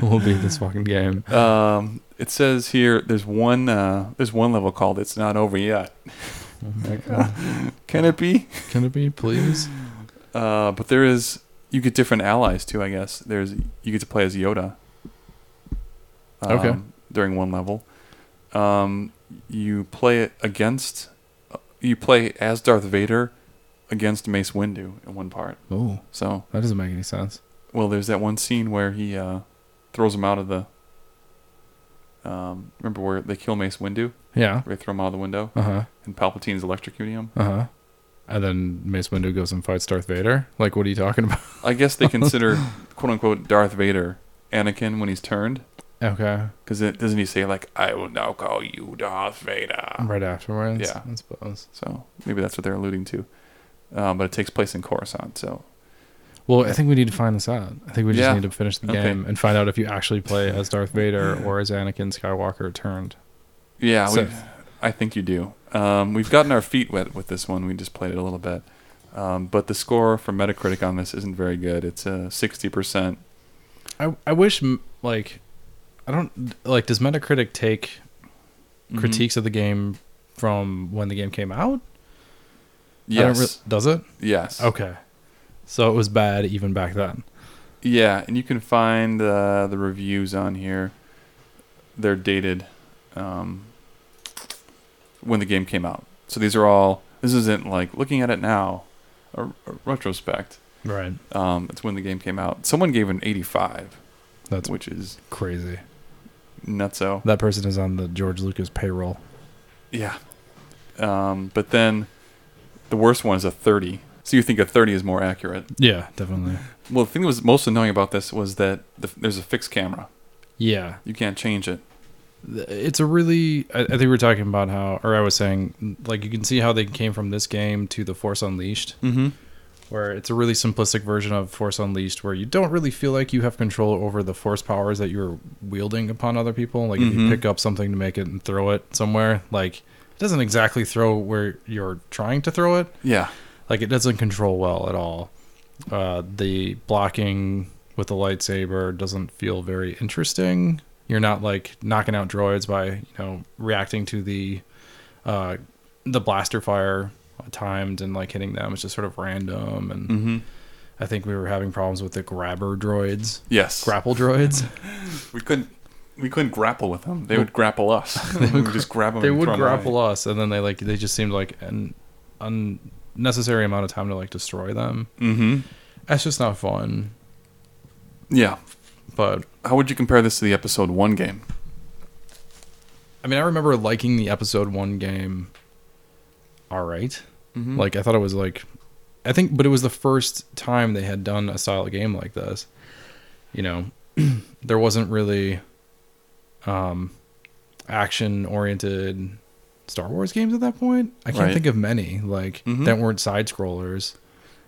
will be this fucking game. Um, it says here there's one uh, there's one level called "It's Not Over Yet." Can it be? Oh Can it be, please? Uh, but there is you get different allies too. I guess there's you get to play as Yoda. um, Okay. During one level, um, you play it against you play as Darth Vader against Mace Windu in one part. Oh, So that doesn't make any sense. well, there's that one scene where he uh, throws him out of the. Um, remember where they kill Mace Windu? Yeah. They throw him out of the window, Uh huh. and Palpatine's electrocuting him. Uh huh. And then Mace Windu goes and fights Darth Vader. Like, what are you talking about? I guess they consider "quote unquote" Darth Vader Anakin when he's turned, [laughs] okay. because doesn't he say like, "I will now call you Darth Vader"? Right afterwards. Yeah. I suppose. So maybe that's what they're alluding to. Um, but it takes place in Coruscant, so Well, I think we need to find this out. I think we just Yeah. need to finish the Okay. game and find out if you actually play as Darth Vader or as Anakin Skywalker turned. yeah, So- we I think you do. Um, we've gotten our feet wet with this one. We just played it a little bit, um, but the score from Metacritic on this isn't very good. It's a sixty percent. I I wish m- like I don't like does Metacritic take Mm-hmm. critiques of the game from when the game came out? I don't Mm-hmm. Yes, re- does it? yes, Okay. So it was bad even back then. Yeah, and you can find uh, the reviews on here. They're dated um, when the game came out. So these are all. This isn't like looking at it now, a, a retrospect. Right. Um, it's when the game came out. Someone gave it an 85, That's which is crazy. nutso. That person is on the George Lucas payroll. Yeah. Um, but then the worst one is a 30. So you think a 30 is more accurate? Yeah, definitely. Well, the thing that was most annoying about this was that the, there's a fixed camera. Yeah. You can't change it. it's a really I, I think we were talking about how or i was saying like you can see how they came from this game to the force unleashed Mm-hmm. where it's a really simplistic version of force unleashed where you don't really feel like you have control over the force powers that you're wielding upon other people like if you pick up something to make it and throw it somewhere like it doesn't exactly throw where you're trying to throw it Yeah. like it doesn't control well at all uh, the blocking with the lightsaber doesn't feel very interesting you're not like knocking out droids by you know reacting to the uh, the blaster fire timed and like hitting them it's just sort of random and i think we were having problems with the grabber droids Yes. grapple droids We couldn't. We couldn't grapple with them. They would grapple [laughs] us. they would just grab them. they and would throw 'em grapple away. us and then they like they just seemed like an unnecessary amount of time to like destroy them Mhm. that's just not fun Yeah. but How would you compare this to the episode one game? I mean, I remember liking the episode one game. All right. like I thought it was like, I think, but it was the first time they had done a style of game like this. You know, [clears throat] there wasn't really, um, action-oriented Star Wars games at that point. I can't Right. think of many like that weren't side scrollers.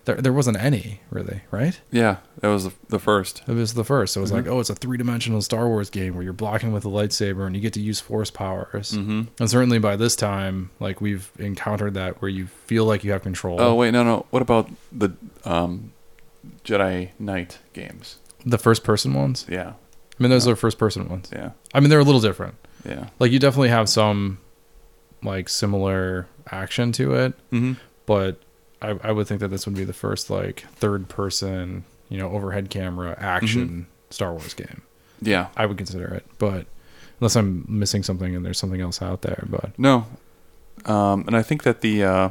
There, there wasn't any really, right? Yeah, that was the, the first. It was the first. It was Mm-hmm. like, oh, it's a three dimensional Star Wars game where you're blocking with a lightsaber and you get to use force powers. Mm-hmm. And certainly by this time, like we've encountered that where you feel like you have control. Oh wait, no, no. What about the um, Jedi Knight games? the first person ones. Yeah, I mean, those are first person ones. yeah, I mean, they're a little different. yeah. Like you definitely have some like similar action to it, Mm-hmm. but I, I would think that this would be the first like third person, you know, overhead camera action Mm-hmm. Star Wars game. Yeah. I would consider it, but unless I'm missing something and there's something else out there, but No. Um, and I think that the uh,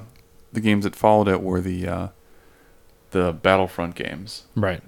the games that followed it were the uh, the Battlefront games. right.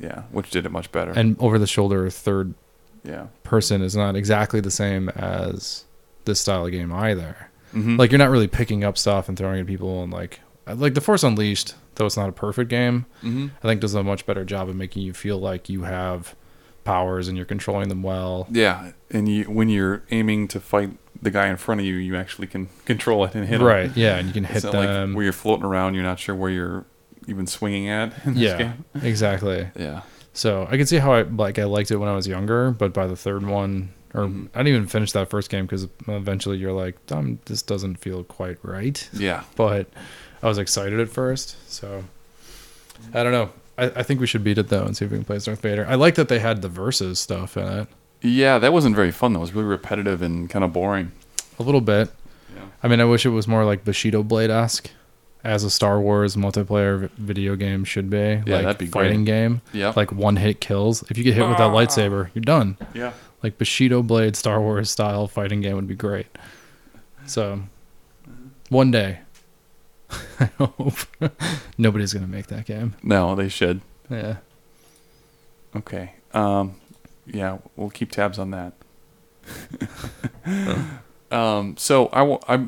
Yeah, which did it much better. And over the shoulder third yeah. person is not exactly the same as this style of game either. Mhm. Like you're not really picking up stuff and throwing it at people and like like The Force Unleashed, though it's not a perfect game, Mhm. I think does a much better job of making you feel like you have powers and you're controlling them well. Yeah, and you when you're aiming to fight the guy in front of you, you actually can control it and hit him. Right. Yeah, and you can hit It's not them. like where you're floating around, you're not sure where you're even swinging at. [laughs] In this yeah. game. Exactly. yeah, So I can see how I like I liked it when I was younger, but by the third one, or Mm-hmm. I didn't even finish that first game because eventually you're like, um, this doesn't feel quite right. yeah. But I was excited at first, so I don't know. I, I think we should beat it though and see if we can play as Darth Vader. I like that they had the verses stuff in it Yeah, that wasn't very fun though. It was really repetitive and kind of boring. a little bit. Yeah. I mean, I wish it was more like Bushido Blade esque, as a Star Wars multiplayer vi- video game should be. Yeah, like that'd be great. fighting game. Yeah. like one hit kills. If you get hit with that lightsaber, you're done. Yeah. Like Bushido Blade Star Wars style fighting game would be great. So, one day, [laughs] I hope [laughs] nobody's gonna make that game. No, they should. Yeah. Okay. Um, yeah, we'll keep tabs on that. [laughs] um, so I wa- I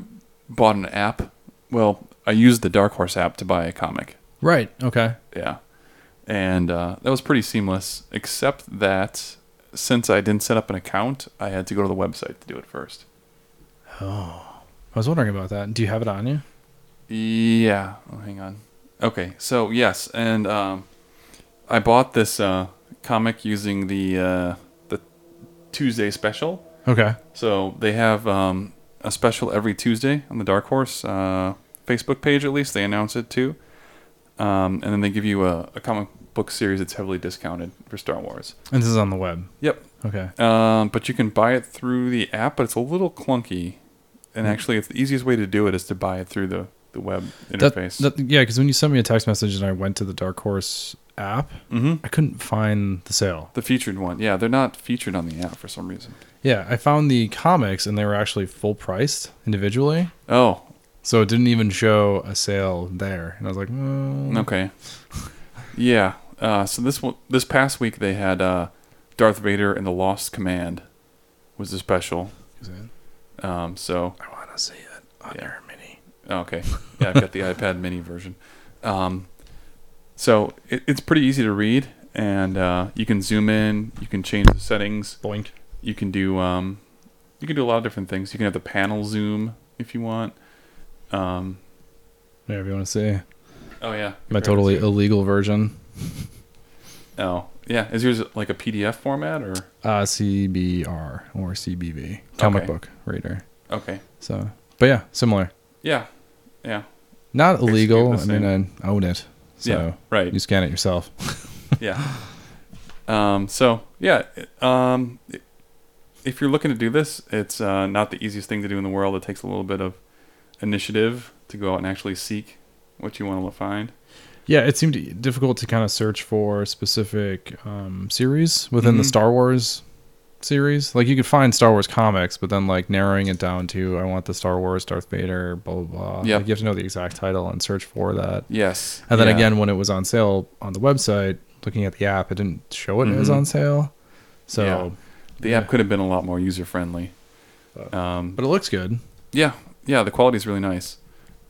bought an app. Well, I used the Dark Horse app to buy a comic. Right. Okay. Yeah. And uh, that was pretty seamless, except that since I didn't set up an account, I had to go to the website to do it first. I was wondering about that. Do you have it on you? Yeah. Oh, hang on. Okay. So yes, and um, I bought this uh, comic using the uh, the Tuesday special. Okay. So they have um, a special every Tuesday on the Dark Horse uh, Facebook page. At least they announce it too, um, and then they give you a, a comic book series that's heavily discounted for Star Wars. And this is on the web. Yep. Okay. Um, but you can buy it through the app, but it's a little clunky. And Hmm. actually, it's the easiest way to do it is to buy it through the, the web That- interface. that- yeah, because when you sent me a text message and I went to the Dark Horse app, Mm-hmm. I couldn't find the sale. The featured one. Yeah, they're not featured on the app for some reason. Yeah, I found the comics and they were actually full priced individually. Oh, So it didn't even show a sale there. And I was like, "Mm, well, okay. yeah. Uh, so this one, this past week they had uh, Darth Vader and the Lost Command was the special. Um, so I want to see it on Yeah. your mini. Oh, okay. Yeah, I've got [laughs] the iPad Mini version. Um, so it, it's pretty easy to read, and uh, you can zoom in, you can change the settings, Boink. you can do um, you can do a lot of different things. You can have the panel zoom if you want. Um, Whatever you want to see. oh yeah, My totally illegal version. Oh yeah, is yours like a PDF format or Uh, CBR or CBV. Comic Okay. book reader. okay? So, but yeah, similar. Yeah, yeah, Not Basically illegal. the I mean, I own it. So Yeah, right. you scan it yourself. [laughs] yeah. Um, so yeah, it- um, it- if you're looking to do this, it's uh, not the easiest thing to do in the world. It takes a little bit of initiative to go out and actually seek what you want to find. Yeah, it seemed difficult to kind of search for specific um, series within Mm-hmm. the Star Wars series. Like you could find Star Wars comics, but then like narrowing it down to I want the Star Wars Darth Vader, blah blah blah. Yep. Like, you have to know the exact title and search for that. Yes, And then Yeah. again, when it was on sale on the website, looking at the app, it didn't show it was on sale. So, Mm-hmm. Yeah. the app could have been a lot more user friendly. Um, but it looks good. Yeah, yeah, the quality is really nice.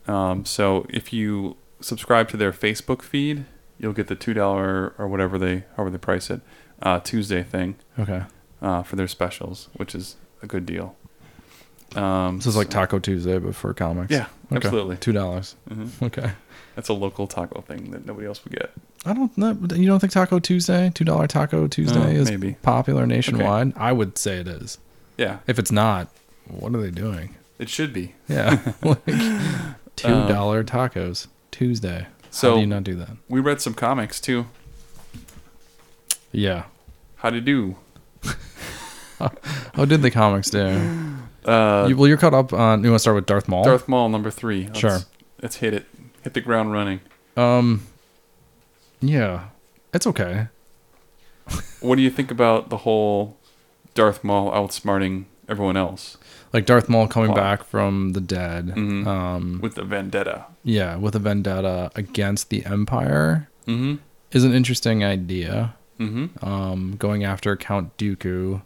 Um, so if you subscribe to their Facebook feed, you'll get the two dollar or whatever they however they price it uh, Tuesday thing Okay, uh, for their specials, which is a good deal. Um, this is like Taco Tuesday, but for comics. Yeah, Okay. absolutely. Mm-hmm. Two dollars. Okay. that's a local taco thing that nobody else will get. I don't. That, you don't think Taco Tuesday, two dollar Taco Tuesday, Oh, is maybe. popular nationwide? I would say it is. Yeah, If it's not, what are they [laughs] doing? it should be. Yeah, [laughs] like two dollar tacos Tuesday. Um, So so- How do you not do that? We read some comics too. Yeah. How to do? How did the comics do? [laughs] Uh, you, well, you're caught up on. You want to start with Darth Maul? Darth Maul number 3 Let's- Sure. Let's hit it. Hit the ground running. Um, Yeah, it's okay. What do you think about the whole Darth Maul outsmarting everyone else Like Darth Maul coming Plot. back from the dead. Mm-hmm. with the vendetta? Yeah, with a vendetta against the Empire Mm-hmm. is an interesting idea. Mm-hmm. um, going after Count Dooku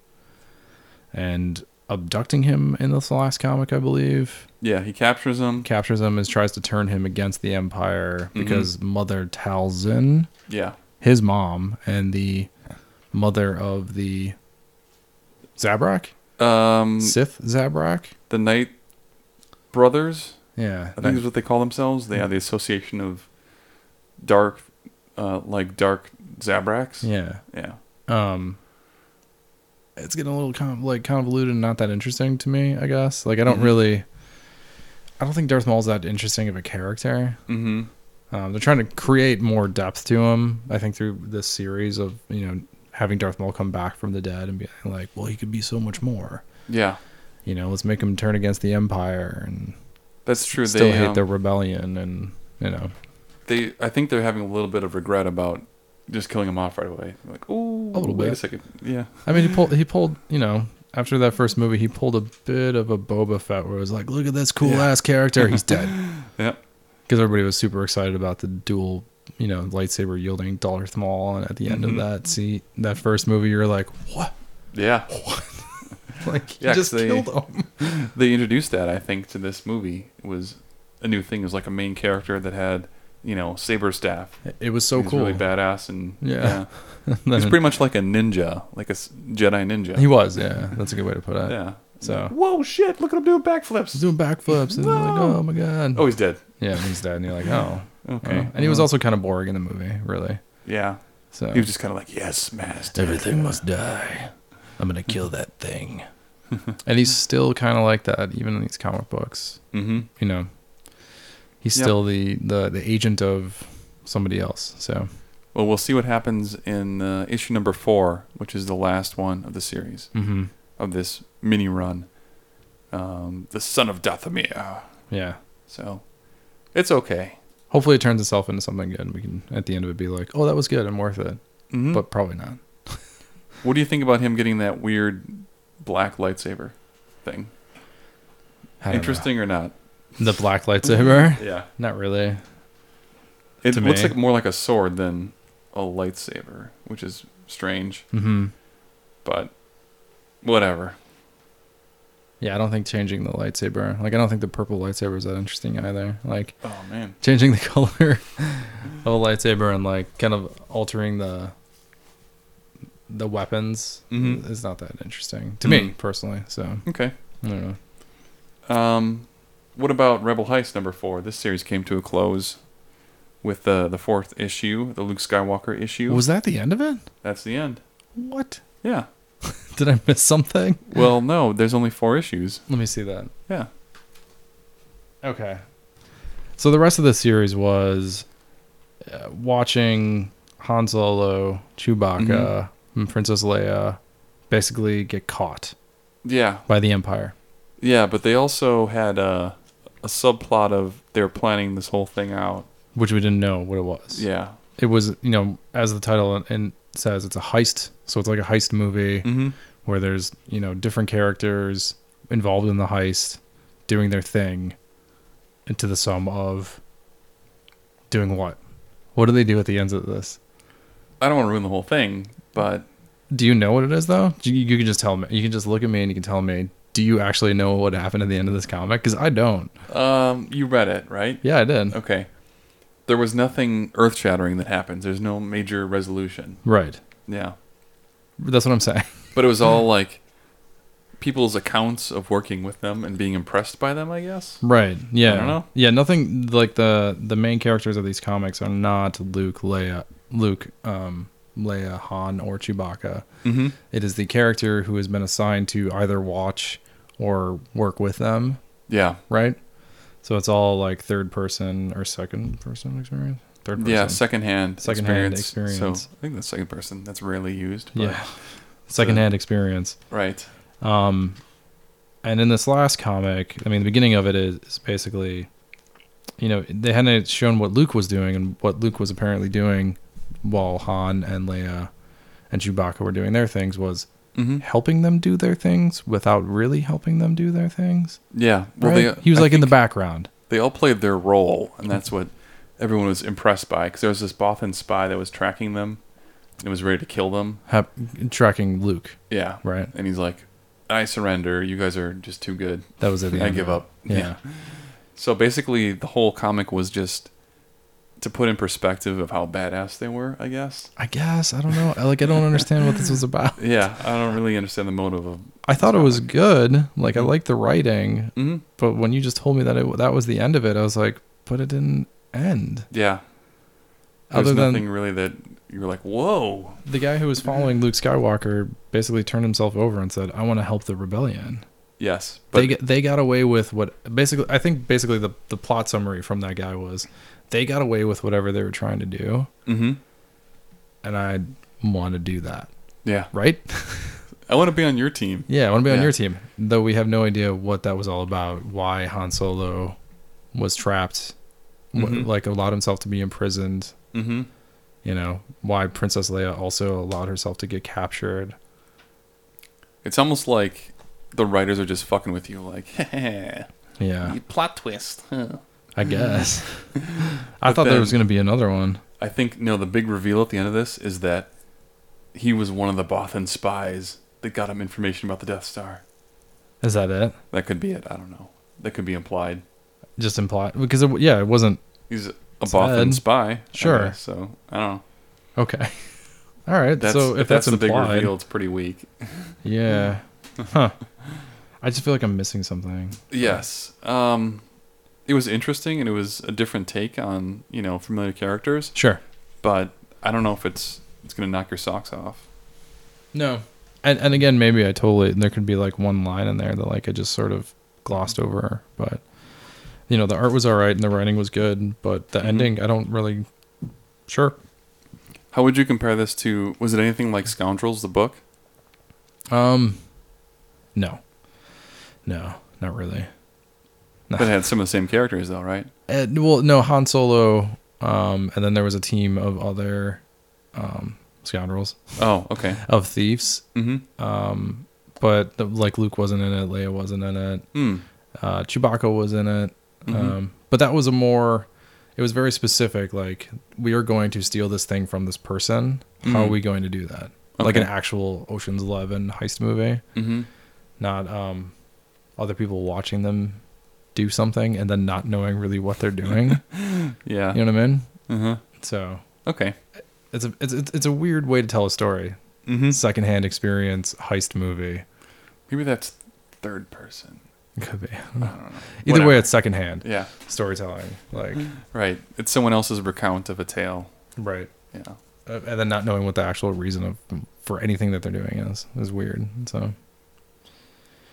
and abducting him in this last comic, I believe. Yeah, he captures them. Captures him and tries to turn him against the Empire Mm-hmm. because Mother Talzin, Yeah. his mom, and the mother of the Zabrak? Um, Sith Zabrak? the Knight Brothers, Yeah. I think is what they call themselves. They are the Association of Dark, uh, like Dark Zabraks. yeah. Yeah. um it's getting a little kind of like convoluted and not that interesting to me i guess like i don't really i don't think darth maul's that interesting of a character Mm-hmm. Um, they're trying to create more depth to him, I think, through this series of you know having Darth Maul come back from the dead and being like, well, he could be so much more. Yeah, You know, let's make him turn against the Empire and that's true. still they hate um, the rebellion and you know they I think they're having a little bit of regret about just killing him off right away. Like, oh, A little wait a bit. second. Yeah, I mean, he pulled. He pulled. You know, after that first movie, he pulled a bit of a Boba Fett, where it was like, "Look at this cool ass character. He's dead." yeah, Because everybody was super excited about the dual, you know, lightsaber wielding Darth Maul, and at the Mm-hmm. end of that, see that first movie, you're like, "What?" [laughs] yeah. Like, he Yeah, 'cause just they- killed [laughs] him. they introduced that I think to this movie It was a new thing. It was like a main character that had you know saber staff. It was so He was Oh, cool. really [laughs] badass and Yeah. And He then- was pretty much like a ninja, like a s- Jedi ninja. he was. Yeah, that's a good way to put it. yeah. So Whoa, shit! Look at him doing he's backflips. doing backflips, and you're like, No. "Oh my god." Oh, he's dead. yeah, he's dead, and you're like, "Oh." Okay. And he was also kind of boring in the movie, really. Yeah. So He was just kind of like, yes, master. Everything must die. I'm gonna kill that [laughs] thing. and he's still kind of like that, even in these comic books. Mm-hmm. You know, he's Yep. still the, the the agent of somebody else. So Well, we'll see what happens in uh, issue number four, which is the last one of the series mm-hmm. of this mini run. Um, the son of Dathomir. yeah, So, it's okay. hopefully it turns itself into something good. And we can at the end of it be like, oh, that was good and worth it. Mhm. But probably not. What do you think about him getting that weird black lightsaber thing? I don't know. Interesting or not? The black lightsaber. Yeah. Not really. It To looks me. like more like a sword than a lightsaber, which is strange, Mm-hmm. but whatever. Yeah, I don't think changing the lightsaber. Like, I don't think the purple lightsaber is that interesting either. Like, Oh man. changing the [laughs] color of a lightsaber and like kind of altering the the weapons Mhm. is not that interesting to me Mhm. personally. So Okay. I don't know. Um, what about Rebel Heist number four? This series came to a close with the the fourth issue, the Luke Skywalker issue. Was that the end of it? That's the end. What? Yeah. Did I miss something? [laughs] Well, no, there's only four issues. Let me see that. Yeah. Okay. So the rest of the series was uh, watching Han Solo, Chewbacca, and Princess Leia basically get caught Yeah. by the Empire. Yeah, but they also had a, a subplot of they're planning this whole thing out. Which we didn't know what it was. Yeah. it was you know as the title and says it's a heist so it's like a heist movie Mm-hmm. where there's you know different characters involved in the heist doing their thing and to the sum of doing what what do they do at the ends of this I don't want to ruin the whole thing, but do you know what it is though you, you can just tell me you can just look at me and you can tell me do you actually know what happened at the end of this comic because i don't um, you read it, right? yeah i did Okay. There was nothing earth shattering that happens. There's no major resolution. right Yeah. that's what i'm saying [laughs] But it was Hmm. all like people's accounts of working with them and being impressed by them, I guess. Right. Yeah. don't know. Yeah. Nothing like the the main characters of these comics are not Luke, Leia, Luke, um, Leia, Han, or Chewbacca. Mm-hmm. It is the character who has been assigned to either watch or work with them. Yeah. Right. So it's all like third person or second person experience. Third person. Yeah, secondhand, Secondhand experience. So I think that's second person. That's rarely used. But, yeah. Secondhand experience. Right. And in this last comic, I mean, the beginning of it is, is basically, you know, they hadn't shown what Luke was doing and what Luke was apparently doing while Han and Leia and Chewbacca were doing their things was Mhm. helping them do their things without really helping them do their things. Yeah. Well, right? they, he was I like in the think- background. they all played their role, and that's what everyone was impressed by. Because there was this Bothan spy that was tracking them, and was ready to kill them. Hap tracking Luke. Yeah, Right. And he's like, "I surrender. You guys are just too good." That was at the I end of give it. up. Yeah. So basically, the whole comic was just to put in perspective of how badass they were. I guess. I guess I don't know. I, Like I don't understand what this was about. [laughs] Yeah, I don't really understand the motive of. I thought it was good. Like I Mm. liked the writing, Mhm. but when you just told me that it, that was the end of it, I was like, but it didn't end. Yeah, there's Other than- nothing Mm-hmm. really that you were like, "Whoa." The guy who was following Luke Skywalker basically turned himself over and said, "I want to help the rebellion." Yes, they get, they got away with what basically I think basically the the plot summary from that guy was they got away with whatever they were trying to do, Mm-hmm. and I want to do that, Yeah. right? [laughs] I want to be on your team. yeah, I want to be on Yeah. your team, though we have no idea what that was all about, why Han Solo was trapped, wh- Mhm. like allowed himself to be imprisoned, Mm-hmm. you know, why Princess Leia also allowed herself to get captured. It's almost like the writers are just fucking with you, like, [laughs] "Heh, Yeah, you plot twist. [laughs] huh." [laughs] I guess. I But thought there then- was going to be another one. I think no. The big reveal at the end of this is that he was one of the Bothan spies that got him information about the Death Star. Is that it? That could be it. I don't know. That could be implied. Just implied because it, yeah, it wasn't He's a It's Bothan Ed. spy. I Sure. guess, so I don't know. okay. [laughs] All right, That's, so if that's, the big implied, reveal, it's pretty weak. yeah, huh? I just feel like I'm missing something. Yes. Um, it was interesting, and it was a different take on you know familiar characters. Sure. But I don't know if it's it's gonna knock your socks off. No. And and again, maybe I totally and there could be like one line in there that like I just sort of glossed over, but you know, the art was all right and the writing was good, but the ending I don't really sure. How would you compare this to? Was it anything like Scoundrels, the book? Um no. No, not really. That had some of the same characters, though, right? And, well, no, Han Solo um and then there was a team of other um scoundrels Oh, okay. of thieves, Mm-hmm. but the, like Luke wasn't in it, Leia wasn't in it. Hmm. uh, Chewbacca was in it. Mm-hmm. Um, but that was a more, it was very specific. Like, we are going to steal this thing from this person. How are we going to do that? Like Mm-hmm. Okay. an actual Ocean's Eleven heist movie, Mm-hmm. not um, other people watching them do something and then not knowing really what [laughs] they're doing. Yeah. you know what I mean? Uh-huh. So Okay. it's a it's it's, it's a weird way to tell a story. Mm-hmm. Secondhand experience heist movie. Maybe that's third person. Could be. I don't know. Either Whatever. way, it's secondhand yeah. Mm-hmm. storytelling. Like, Right. It's someone else's recount of a tale. right. Yeah. uh, and then not knowing what the actual reason of for anything that they're doing is is weird. So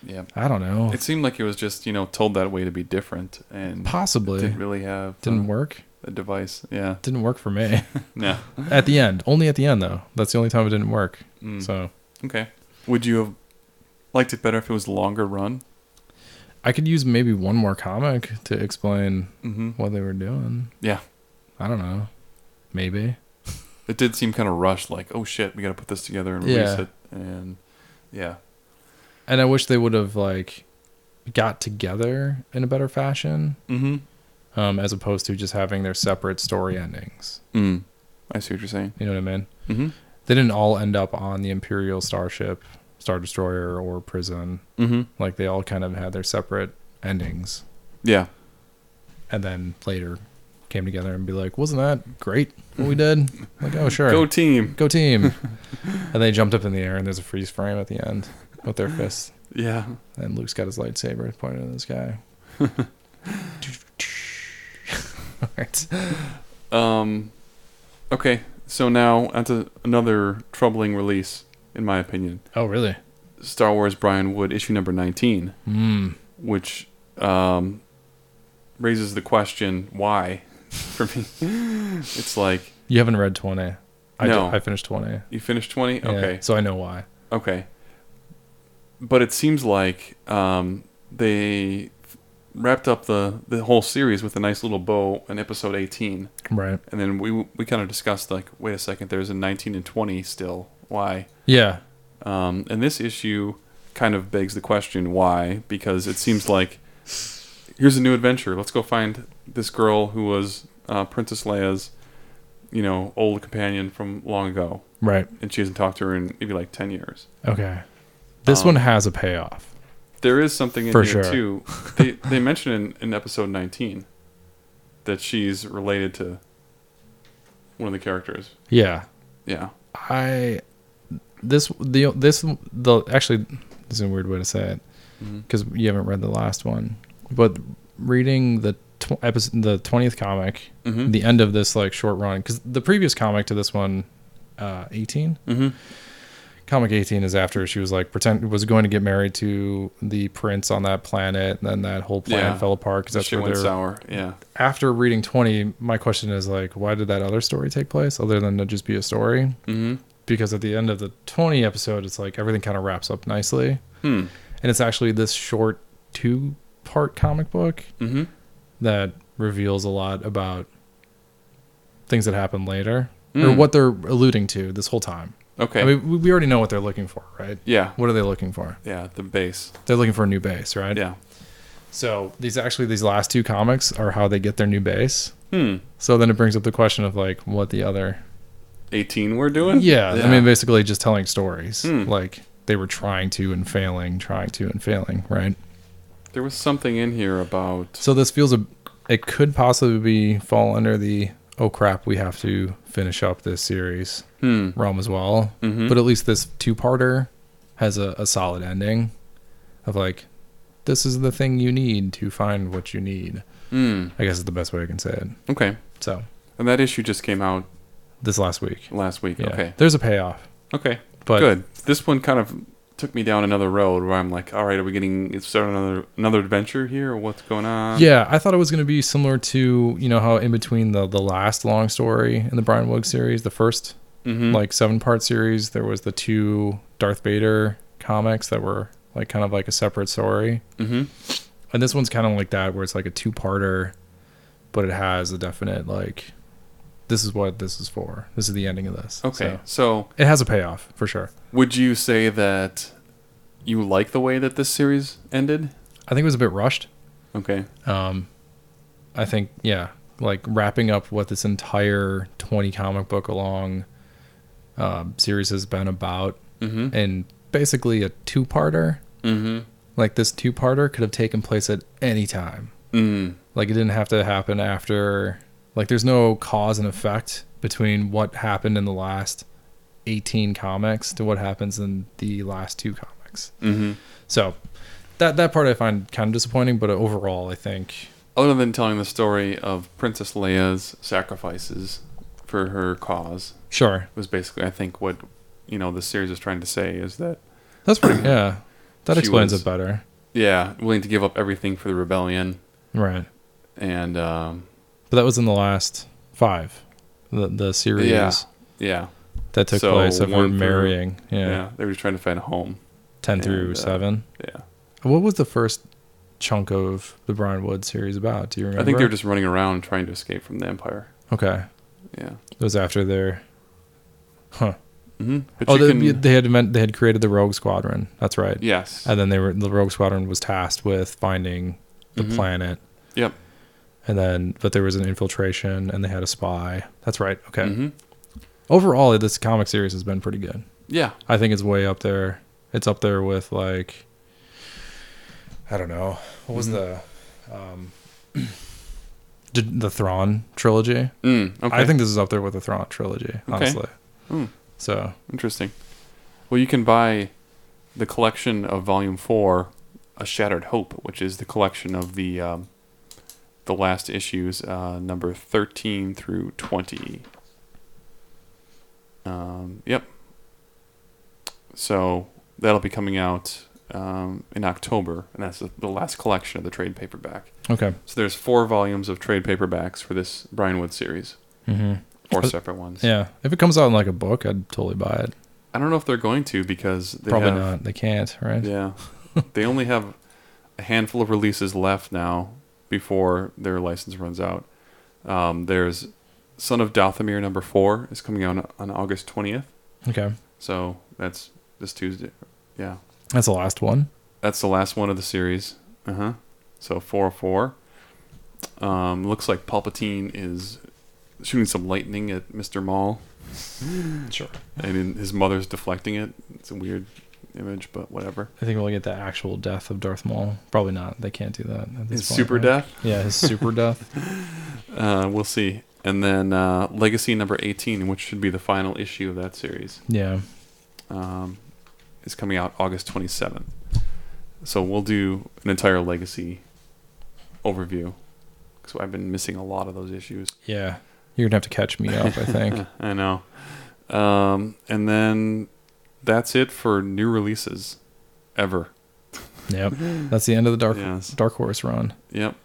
Yeah. I don't know. It seemed like it was just you know told that way to be different and Possibly didn't didn't, really have uh, work. a device. Yeah. Didn't work [laughs] for me [laughs] Yeah. at the end. Only at the end though. That's the only time it didn't work. Mm. So Okay. Would you have liked it better if it was a longer run? I could use maybe one more comic to explain Mm-hmm. what they were doing. Yeah. I don't know. Maybe. It did seem kind of rushed. Like, oh shit, we got to put this together and release Yeah. it. And yeah. And I wish they would have like got together in a better fashion, Mm-hmm. um, as opposed to just having their separate story endings. Mm. I see what you're saying. You know what I mean? Mm-hmm. they didn't all end up on the Imperial starship, Star Destroyer, or prison. Mm-hmm. Like they all kind of had their separate endings, Yeah. and then later came together and be like, "Wasn't that great? What we did? Like, oh [laughs] sure, Go team. Go team!" and they jumped up in the air, and there's a freeze frame at the end with their fists, Yeah. and Luke's got his lightsaber pointed at the [laughs] sky. [laughs] all right. Um, okay, so now onto another troubling release, in my opinion. Oh really? Star Wars Brian Wood issue number nineteen, Mm. which um, raises the question why. [laughs] For me, it's like You haven't read twenty. I ju- No. I finished twenty. you finished twenty. Yeah, Okay, So I know why. okay. But it seems like um, they wrapped up the the whole series with a nice little bow in episode eighteen. Right. and then we we kind of discussed like wait a second there's a 19 and 20 still why Yeah. um, and this issue kind of begs the question why because it seems like here's a new adventure let's go find this girl who was uh, princess leia's you know old companion from long ago Right. and she hasn't talked to her in maybe like 10 years Okay. This Um, one has a payoff. there is something in For here sure. too they, they mention in, in episode 19 that she's related to one of the characters Yeah. yeah I this the this the actually this is a weird way to say it Mm-hmm. because you haven't read the last one, but reading the tw- episode the twentieth comic, Mhm. the end of this like short run because the previous comic to this one, uh, eighteen. Mhm. Because Comic 18 is after she was like pretend was going to get married to the prince on that planet, and then that whole plan Yeah. fell apart because that's Shit where went they're sour. Yeah. after reading 20, my question is like, why did that other story take place other than to just be a story? Mm-hmm. Because at the end of the 20 episode, it's like everything kind of wraps up nicely. Hmm. And it's actually this short two part comic book Mm-hmm. that reveals a lot about things that happen later or what they're alluding to this whole time. Mm. Okay. I mean, we- we already know what they're looking for, right? yeah. What are they looking for? Yeah. The base. They're looking for a new base, right? Yeah. So these actually these last two comics are how they get their new base. So then it brings up the question of like what the other 18 we're doing? yeah, I mean basically just telling stories like they were trying to and failing, trying to and failing, right? there was something in here about. So this feels a it could possibly be fall under the oh crap we have to finish up this series realm as well, but at least this two parter has a, a solid ending of like this is the thing you need to find what you need. I guess is the best way I can say it. hmm, Okay. So And that issue just came out this last week. last week. Yeah. Okay. There's a payoff. Okay. But- good. This one kind of took me down another road where I'm like, all right, are we getting started another another adventure here or what's going on? Yeah, I thought it was going to be similar to you know how in between the the last long story in the Brian Woods series, the 1st Mm-hmm. like seven part series, there was the two Darth Vader comics that were like kind of like a separate story, mm-hmm. and this one's kind of like that where it's like a two parter, but it has a definite like this is what this is for. This is the ending of this. Okay. So So, it has a payoff for sure. would you say that you like the way that this series ended? I think it was a bit rushed. Okay. I think yeah, like wrapping up what this entire twenty comic book along um, series has been about, mm-hmm. and basically a two parter. Mm-hmm. Like this two parter could have taken place at any time. Mm. Like it didn't have to happen after. Like there's no cause and effect between what happened in the last eighteen comics to what happens in the last two comics. Mm-hmm. So that that part I find kind of disappointing, but overall I think Other than telling the story of Princess Leia's sacrifices for her cause, sure was basically I think what you know the series is trying to say is that That's [clears throat] pretty. yeah, that She explains was- it better. yeah, willing to give up everything for the rebellion Right, and um, but that was in the last five, the the series yeah, yeah, that took So, place of her one through- marrying. yeah, Yeah, They were just trying to find a home. ten through and, uh, seven. Yeah, What was the first chunk of the Brian Wood series about? Do you remember? I think they were just running around trying to escape from the empire. okay. Yeah. It was after their. Huh. Mm-hmm. But Oh, you they, can, they had meant they had created the Rogue Squadron. That's right. yes. And then they were the Rogue Squadron was tasked with finding the Mm-hmm. planet Yep. and then but there was an infiltration and they had a spy that's right okay Mm-hmm. overall this comic series has been pretty good Yeah. i think it's way up there it's up there with like i don't know what was the um Mm-hmm. [clears throat] d- the Thrawn trilogy Mm, okay. Hmm. i think this is up there with the Thrawn trilogy honestly so interesting. Well, you can buy the collection of Volume Four, A Shattered Hope, which is the collection of the um, the last issues, uh, number thirteen through twenty. Um, yep. So that'll be coming out um, in October, and that's the, the last collection of the trade paperback. okay So there's four volumes of trade paperbacks for this Brian Wood series. Mm-hmm. Four separate ones. yeah if it comes out in like a book i'd totally buy it I don't know if they're going to because they probably have, not they can't right [laughs] Yeah, they only have a handful of releases left now before their license runs out. Um, there's Son of Dathomir number four is coming out on August twentieth, okay so that's this Tuesday. Yeah, that's the last one that's the last one of the series. Uh huh. So four of four. Um, looks like Palpatine is shooting some lightning at Mr. Maul, sure and in, his mother's deflecting it. It's a weird image, but whatever. I think we'll get the actual death of Darth Maul. Probably not. They can't do that. At this His point, super right? death. Yeah, his [laughs] super death. Uh, we'll see. And then uh, Legacy number 18, which should be the final issue of that series, Yeah. is coming out August 27th. So we'll do an entire Legacy overview because I've been missing a lot of those issues. Yeah. [laughs] You're going to have to catch me up, I think. I know. Um, and then that's it for new releases ever. Yep. That's the end of the Dark Yes. Dark Horse run. Yep.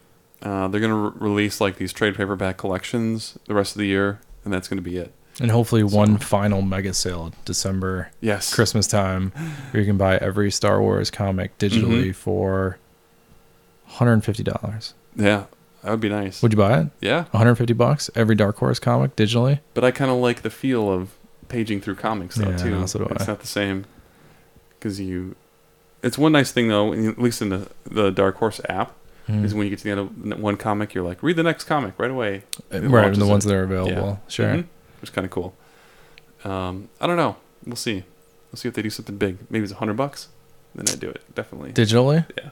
Uh, they're going to re- release like these trade paperback collections the rest of the year, and that's going to be it. And hopefully one final mega sale December Yes. Christmas time where you can buy every Star Wars comic Mm-hmm. digitally for $150. Yeah. That would be nice. Would you buy it? yeah. 150 bucks every Dark Horse comic digitally? But I kind of like the feel of paging through comics though Yeah, too. so do it's I. not the same because you. It's one nice thing though, at least in the the Dark Horse app, Mm-hmm. is when you get to the end of n- one comic, you're like, read the next comic right away. It Right, launches the ones it. that are available. Yeah. Sure. Mhm. Which is kind of cool. Um, I don't know. We'll see. We'll see if they do something big. Maybe it's a hundred bucks. Then I do it definitely. Digitally? Yeah.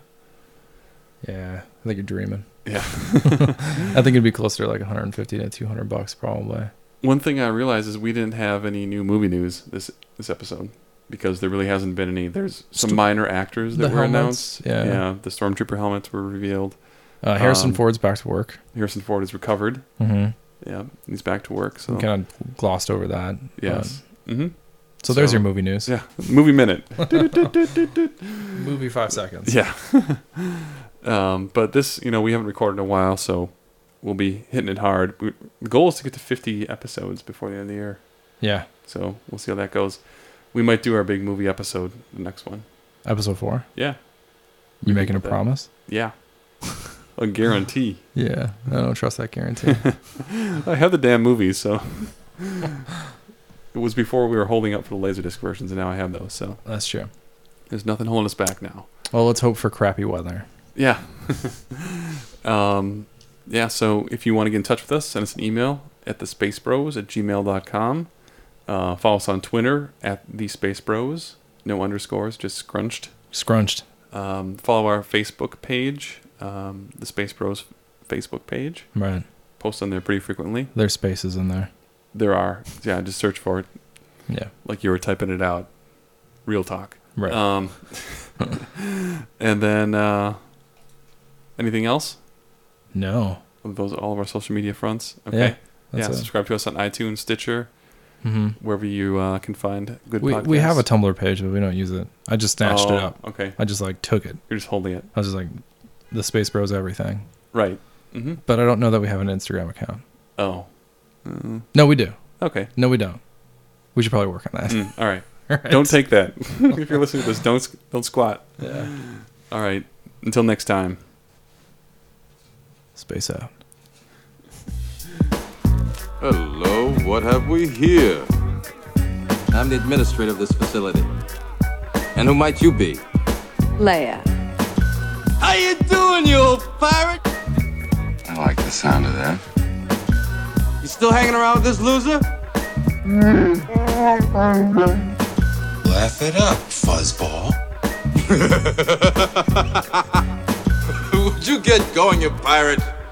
Yeah. I think you're dreaming. Yeah. [laughs] I think it'd be closer to like 150 to 200 bucks probably. One thing I realized is we didn't have any new movie news this this episode because there really hasn't been any. There's some Sto- minor actors that the were helmets, announced. yeah. the stormtrooper helmets were revealed. Uh, Harrison Um, Ford's back to work. Harrison Ford is recovered. Mm-hmm. Yeah, and he's back to work. So Kind of glossed over that. but- oh. yes, hmm So, there's So- your movie news. yeah. Movie minute. Movie five seconds. yeah. um, but this, you know, we haven't recorded in a while, so we'll be hitting it hard. We, the goal is to get to 50 episodes before the end of the year. Yeah. So we'll see how that goes. We might do our big movie episode, the next one. Episode four. Yeah. You making a that. promise? [laughs] Yeah. A guarantee. Yeah. I don't trust that guarantee. I have the damn movie, so it was before we were holding up for the laserdisc versions, and now I have those. So [laughs] That's true. there's nothing holding us back now. Well, let's hope for crappy weather. Yeah. [laughs] um, yeah, so if you want to get in touch with us, send us an email at thespacebros at gmail.com. Uh, follow us on Twitter at the Space Bros. No underscores, just scrunched. Scrunched. Um, follow our Facebook page, um, the Space Bros Facebook page. Right. Post on there pretty frequently. There's spaces in there. There are. Yeah, just search for it Yeah. like you were typing it out. Real talk. Right. Um, [laughs] and then uh, anything else? no. Those are all of our social media fronts. Okay. Yeah. Yeah. That's it. subscribe to us on iTunes, Stitcher, Mhm. wherever you uh, can find good We, podcasts. we have a Tumblr page, but we don't use it. I just snatched Oh, it up. Okay. I just like took it. You're just holding it. I was just like, the Space Bros everything. Right. Mm-hmm. But I don't know that we have an Instagram account. Oh. No, we do. Okay. No, we don't. We should probably work on that. Mm, all right. All [laughs] right. Don't take that. [laughs] if you're listening to this, don't s- don't squat. Yeah. All right. Until next time. Space out. Hello, what have we here? I'm the administrator of this facility. And who might you be? Leia. How you doing, you old pirate? I like the sound of that. You still hanging around with this loser? Laugh it up, fuzzball. Would you get going, you pirate?